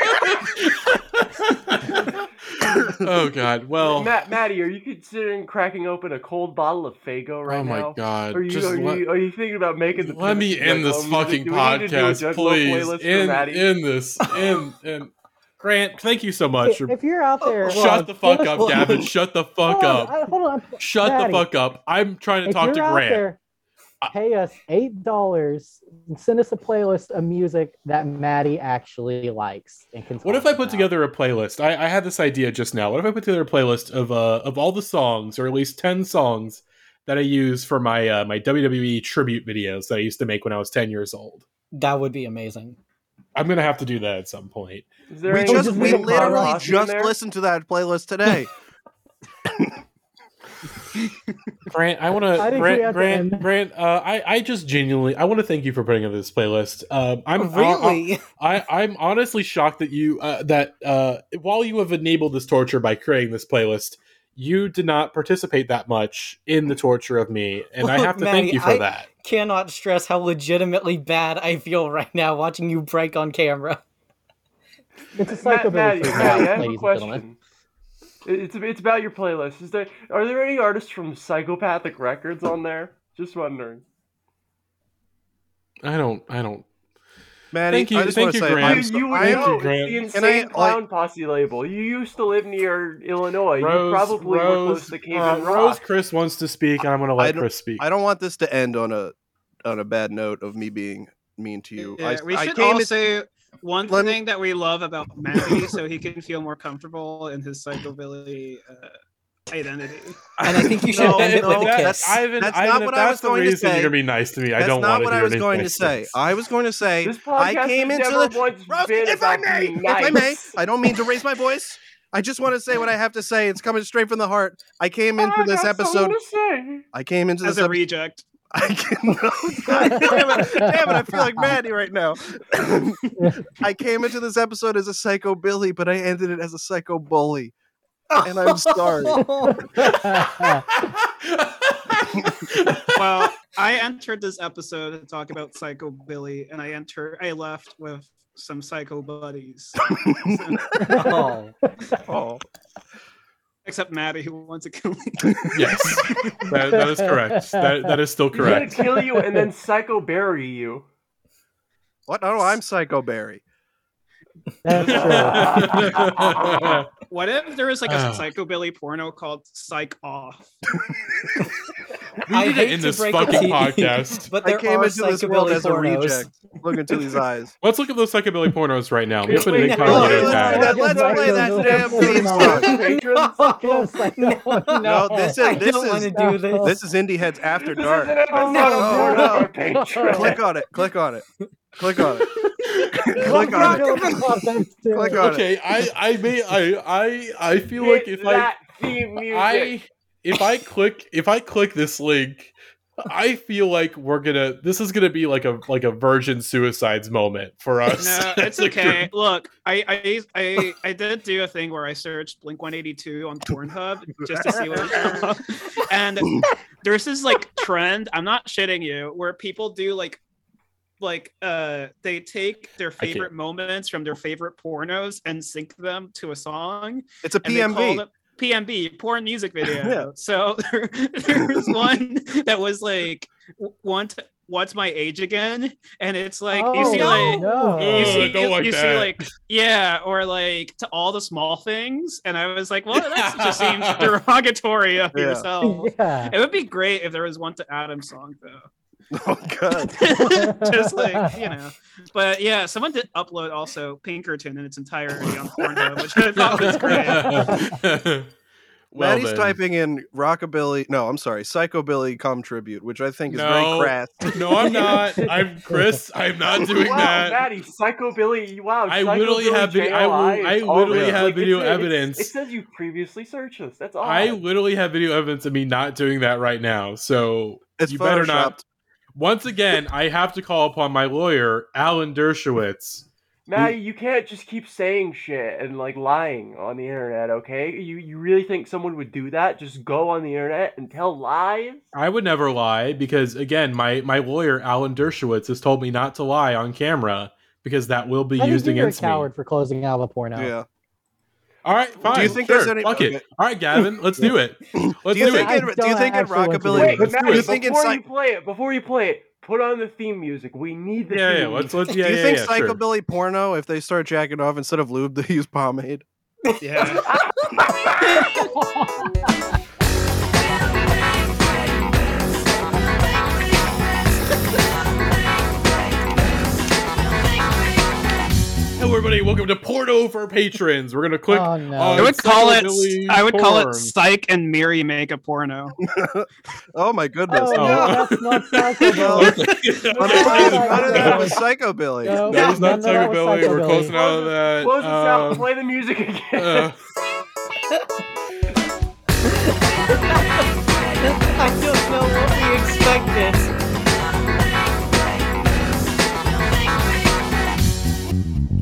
oh god well
Matt, Maddie, are you considering cracking open a cold bottle of Fago right
oh my
now?
god
Are you,
just
are,
let-
you, are you thinking about making the
Let
pivot
me
to
end
Juggalo
this
music?
fucking
Do we need to do a
podcast,
Juggalo playlist
please.
for
End,
Maddie?
end this. End, end. Grant, thank you so much.
If,
for
if you're out there,
Shut the fuck up,
Well-
Gavin. Shut the fuck
hold on,
up.
I- hold on.
Shut
Daddy.
the fuck up. I'm trying to
if
talk
you're
to
out
Grant.
there,
Uh,
pay us eight dollars and send us a playlist of music that Maddie actually likes and can.
What
talk
if I put
about.
together a playlist? I, I had this idea just now. What if I put together a playlist of uh of all the songs, or at least ten songs that I use for my uh, my WWE tribute videos that I used to make when I was ten years old?
That would be amazing.
I'm gonna have to do that at some point.
Is there
we
any-
just
just
we
leave Bob
literally
Ross in
just
there?
listened to that playlist today.
Grant, I want to
I think we
Grant
have to
Grant
end.
Grant. Uh, I I just genuinely I want to thank you for putting up this playlist. Um, I'm
really?
I, I am honestly shocked that you uh, that uh, while you have enabled this torture by creating this playlist, you did not participate that much in the torture of me, and I
Look,
have to
Maddie,
thank you for
I-
that.
Cannot stress how legitimately bad I feel right now watching you break on camera.
It's a
Matt,
psychobilly
Maddie,
thing,
Maddie, I have a
ladies and gentlemen.
question. It's it's about your playlist. Is there are there any artists from Psychopathic Records on there? Just wondering.
I don't. I don't.
Maddie,
Thank you-
I just
thank
want to
you,
say,
Graham.
I'm
you,
so-
you would
I am-
know it's
Grant.
the
And I,
insane
like-
clown posse label. You used to live near Illinois. you probably were close to Cave
uh,
and
Rose,
Rock.
Chris wants to speak, and I'm going to
I
let
don't-
Chris speak.
I don't want this to end on a on a bad note of me being mean to you. I,
Yeah, we
I
should
came in-
all say one
Let me-
thing that we love about Matty so he can feel more comfortable in his psychobilly uh, identity.
And I think you should
No,
end it
no,
with a
that-
kiss.
Ivan,
That's
Ivan,
not
if
what I
that's
was
the
going to
reason
say.
you're going to be nice to me. I
That's
don't
not
want
what
to
I
hear
was
anything.
going to say. I was going to say
This podcast
I came
has
into
never
the
once
Rose,
been
if I
about
may,
being
if I
nice.
may, I don't mean to raise my voice. I just want to say what I have to say. It's coming straight from the heart. I came into
Ah, I
this
got something
episode.
to say.
I came into
As
this
a
episode.
reject.
I can, God damn it! Damn it! I feel like Maddie right now. I came into this episode as a psycho Billy, but I ended it as a psycho bully. And I'm sorry.
Well, I entered this episode to talk about Psycho Billy, and I enter I left with some psycho buddies.
Oh.
Oh,
Except Maddie, who wants to kill me.
Yes, that, that is correct. That, that is still
He's gonna
correct.
kill you and then psycho bury you.
what? No, Oh, I'm psycho Barry.
That's
oh
What if there was like
Ah.
a Psycho Billy porno called Psych Off?
We need
I
to
hate
end
to
this
break
fucking
it to you,
podcast.
But
I
there
came
are
into this world
psychobilly
as a
pornos.
reject. Look into these eyes.
Let's look at those psychobilly pornos right now. Let's put an
Wait,
icon on
wait,
Oh, Let's
their
wait,
tab.
do that. Let's play that damn theme song.
Patrons.
no, no,
No, this is
I
this
don't want to
is
do this.
this is Indie Heads After
This
Dark.
is an episode
No,
of
no.
Porn Up on Patreon.
Click on it. Click on it. Click on it. Click on it. Click
Click
on it.
Okay, I, I may, I, I, I feel like
Hit
if I,
that theme music.
I, if I click, if I click this link, I feel like we're gonna. This is gonna be like a like a virgin suicides moment for us.
No,
as
it's
a
okay.
group.
Look, I, I I I did do a thing where I searched Blink 182 on Pornhub just to see what it came up. And there's this like trend, I'm not shitting you, where people do like like uh they take their
can't.
favorite moments from their favorite pornos and sync them to a song
It's a
and they call
PMV.
them- PMB, porn music video.
Yeah.
So there, there was one that was like, w- want, what's my age again? And it's like, you
Oh,
see, like,
Ugh,
you
I
see,
don't
Mm. you,
like
you see,
that.
like, yeah, or like to all the small things, and I was like, well, that just seems derogatory of
Yeah.
yourself.
Yeah.
It would be great if there was one to Adam's song though,
Oh god.
just like you know. But yeah, someone did upload also Pinkerton in its entirety on Pornhub, which I thought was great.
well,
Maddie's
then.
typing in rockabilly. No, I'm sorry, psychobilly cum tribute, which I think is
No.
very crass.
No, I'm not. I'm Chris. I'm not doing
wow,
that.
Maddie, psychobilly. Wow,
I literally
Psychobilly
have video- I will-
JLI is
I
all
literally
real.
have
Like,
video
it's- it's-
evidence.
It says you previously searched this. That's all.
I literally have video evidence of me not doing that right now. So
It's
you
photoshopped.
better not. Once again, I have to call upon my lawyer, Alan Dershowitz.
Maddie, you can't just keep saying shit and like lying on the internet. Okay, you you really think someone would do that? Just go on the internet and tell lies?
I would never lie because, again, my my lawyer, Alan Dershowitz, has told me not to lie on camera because that will be
I think
used
you're a
against me.
coward for closing out of a porno.
Yeah.
All right, fine.
Do you think
sure,
there's any-
fuck
okay.
it? All right, Gavin, let's do it. Let's
Do
do
you think
it.
in, do you
I
think in
don't actually want to
rockabilly?
Wait,
let's do
Maddie,
it.
You think it's
before you
like-
play it, before you play it, put on the theme music. We need the
Yeah,
theme
yeah.
music.
Let's let's. Yeah,
do you
yeah,
think
yeah, sure.
psychobilly porno? If they start jacking off instead of lube, they use pomade.
Yeah.
Hello, everybody. Welcome to Porno for Patrons. We're gonna click.
Oh, no.
on
I would call it.
psychobilly
I would call it
porn.
Psych and Mary make a porno.
Oh my goodness.
Oh,
Oh.
no, that's not psychobility.
None of that- none of that was psychobilly.
No,
That was not
no, no, that was
psychobilly. We're
psychobilly.
closing out of that.
Close this out.
Um,
Play the music again.
uh,
I don't know what we expected.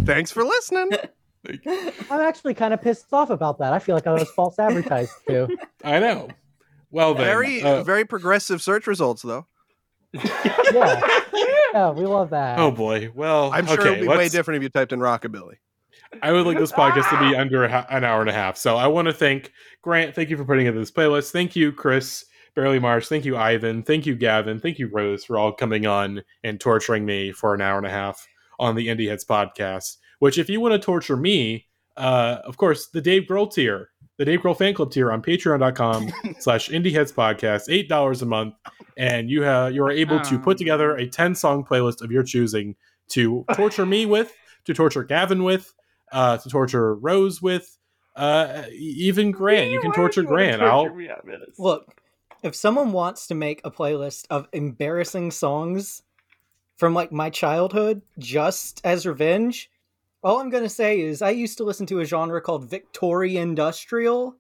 Thanks for listening.
Like,
I'm actually kind of pissed off about that. I feel like I was false advertised to.
I know. Well, then,
Very,
uh,
very progressive search results, though.
Yeah,
uh,
yeah, we love that.
oh boy. Well,
I'm sure
okay,
it'd be way
let's-
different if you typed in rockabilly.
I would like this podcast to be under a, ha- an hour and a half. So I want to thank Grant. Thank you for putting into this playlist. Thank you, Chris Barely Marsh. Thank you, Ivan. Thank you, Gavin. Thank you, Rose, for all coming on and torturing me for an hour and a half on the Indie Heads podcast. Which, if you want to torture me, uh, of course, the Dave Grohl tier, the Dave Grohl fan club tier on patreon.com slash indie heads podcast, $8 a month. And you have you are able to put
Um.
together a 10 song playlist of your choosing to torture me with, to torture Gavin with, uh, to torture Rose with, uh, e- even Grant. You can
Why would
torture
you wanna
Grant.
torture
I'll
me on this?
Look, if someone wants to make a playlist of embarrassing songs from like my childhood just as revenge, all I'm going to say is I used to listen to a genre called Victorian industrial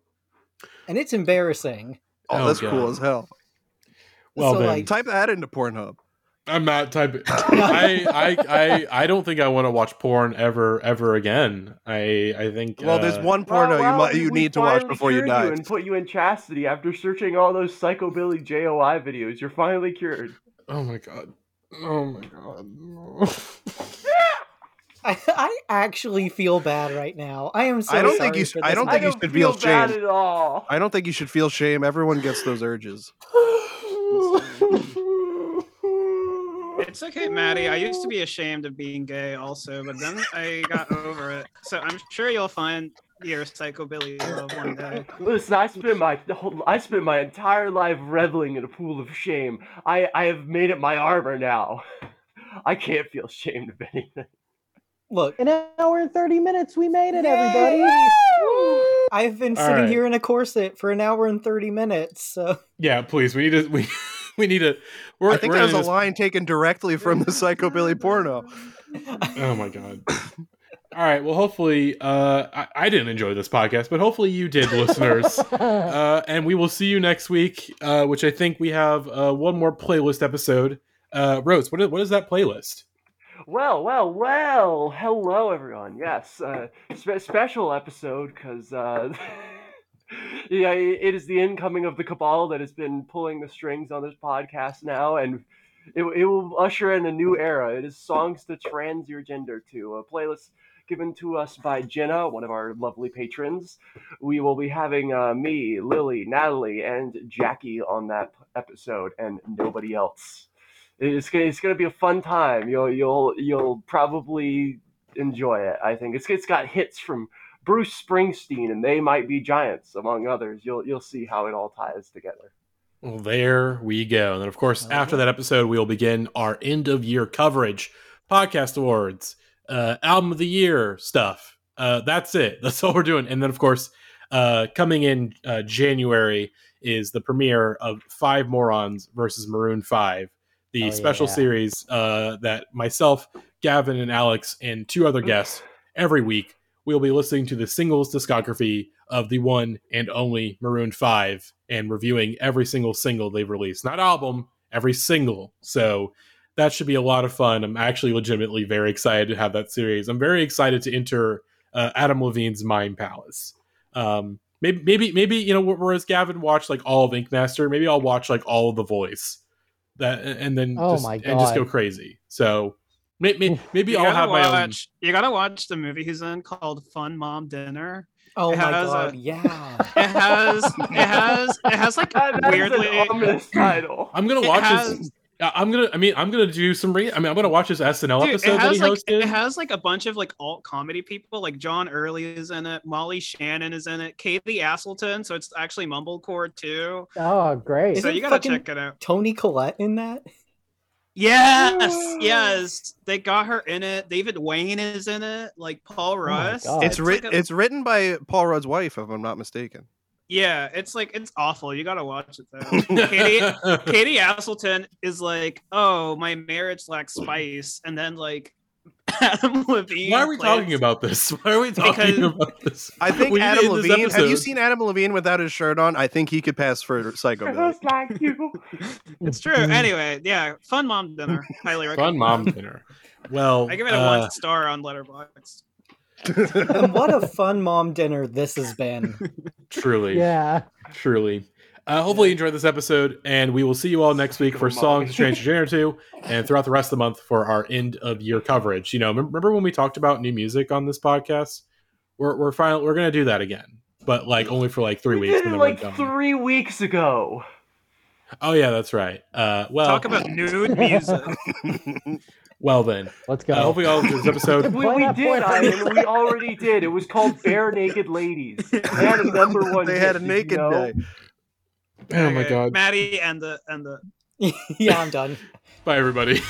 and it's embarrassing.
Oh,
Oh,
that's
God.
cool as hell.
well
so,
then.
like-
Type that into Pornhub.
I'm not typing. I, I I I don't think I want to watch porn ever ever again. I I think
Well, there's
uh,
one porno
Wow,
you
wow,
might,
we-
you
we
need to watch
finally
before you
cured
die.
and put you in chastity after searching all those psychobilly JOI videos. You're finally cured.
Oh my god. Oh my god. no.
I, I actually feel bad right now. I am so
I don't think
sorry
you
for
should- I
this
don't think you should be
feel bad
ashamed.
at all.
I don't think you should feel shame. Everyone gets those urges.
It's okay, Maddie. I used to be ashamed of being gay, also, but then I got over it. So I'm sure you'll find your psychobilly love one day.
Listen, I spent my the whole, I spent my entire life reveling in a pool of shame. I I have made it my armor now. I can't feel ashamed of anything.
Look,
An hour and thirty minutes, we made it, everybody.
I've been
All
sitting
right.
here in a corset for an hour and 30 minutes. So
Yeah, please. We need to we we need to. We're,
I think
we're
that was
in
a
this-
line taken directly from the psychobilly porno.
Oh my god. All right. Well, hopefully, uh, I, I didn't enjoy this podcast, but hopefully you did, listeners. uh, and we will see you next week, uh, which I think we have uh, one more playlist episode. Uh, Rose, what is, what is that playlist?
Well, well, well. Hello, everyone. Yes, uh, spe- special episode because uh, yeah, it is the incoming of the cabal that has been pulling the strings on this podcast now, and it, it will usher in a new era. It is songs to trans your gender to a playlist given to us by Jenna, one of our lovely patrons. We will be having uh, me, Lily, Natalie, and Jackie on that episode, and nobody else it's gonna it's gonna be a fun time. You'll you'll you'll probably enjoy it. I think it's it's got hits from Bruce Springsteen and they might be giants among others. You'll you'll see how it all ties together.
Well, there we go. And then, of course, after that episode, we'll begin our end of year coverage, podcast awards, uh, album of the year stuff. Uh, that's it. That's all we're doing. And then, of course, uh, coming in uh, January is the premiere of Five Morons versus Maroon Five, the
Oh,
special
yeah.
series uh, that myself, Gavin, and Alex, and two other guests every week we'll be listening to the singles discography of the one and only Maroon 5 and reviewing every single single they've released. Not album, every single. So that should be a lot of fun. I'm actually legitimately very excited to have that series. I'm very excited to enter uh, Adam Levine's Mind Palace. Um, maybe, maybe, maybe, you know, whereas Gavin watched like all of Ink Master, maybe I'll watch like all of The Voice that and then
Oh
just,
my
and just go
God.
crazy. So maybe, maybe
You
I'll
gotta
have my own.
watch- You gotta watch the movie he's in called Fun Mom Dinner.
oh my
How's
god,
that?
yeah.
It has, it has, it has like
That- That's
weirdly.
an ominous title.
I'm gonna
It
watch
has-
his. I- I'm gonna. I mean, I'm gonna do some. Re- I mean, I'm gonna watch his SNL
Dude,
episode
it
that
has
he
like
hosted.
it has like a bunch of like alt comedy people. Like John Early is in it, Molly Shannon is in it, Katie Asselton. So it's actually mumblecore too.
oh, great.
so
Isn't
you gotta
fucking-
check it out.
Tony Collette in that?
Yes, yes, they got her in it. David Wayne is in it. Like Paul
Oh my
Russ.
God.
It's writ
like a-
it's written by Paul Rudd's wife, if I'm not mistaken.
yeah. It's like it's awful. You gotta watch it though. Katie, Katie Asselton is like, oh, my marriage lacks spice, and then like Adam Levine.
Why are we
plays-
talking about this? Why are we talking
Because-
about this?
I think
We need to
Adam
end this
Levine. Have you
episode.
seen Adam Levine without his shirt on? I think he could pass for psychobilly.
Just like you.
It's true. Anyway, yeah, fun mom dinner. Highly recommend.
Fun mom dinner. Well,
I give it a
uh,
one star on Letterboxd.
and what a fun mom dinner this has been.
Truly.
Yeah.
Truly. Uh, hopefully you enjoyed this episode, and we will see you all next week for songs to change your genre to, and throughout the rest of the month for our end of year coverage. You know, mem- remember when we talked about new music on this podcast? We're we're final, we're gonna do that again, but like only for like three
we
weeks.
did
and then
it like
we're done.
three weeks ago.
Oh yeah, that's right. Uh, well,
Talk about nude music.
well then.
Let's go.
Uh, hopefully you all enjoyed this episode.
We,
Why
we
not
did,
boy-
Ivan. We already did. It was called Bare Naked Ladies. They had a number one.
they had
hit,
a
did you
naked
know?
day.
Oh my
Okay,
god.
Maddie and the and the
yeah, I'm done.
Bye everybody.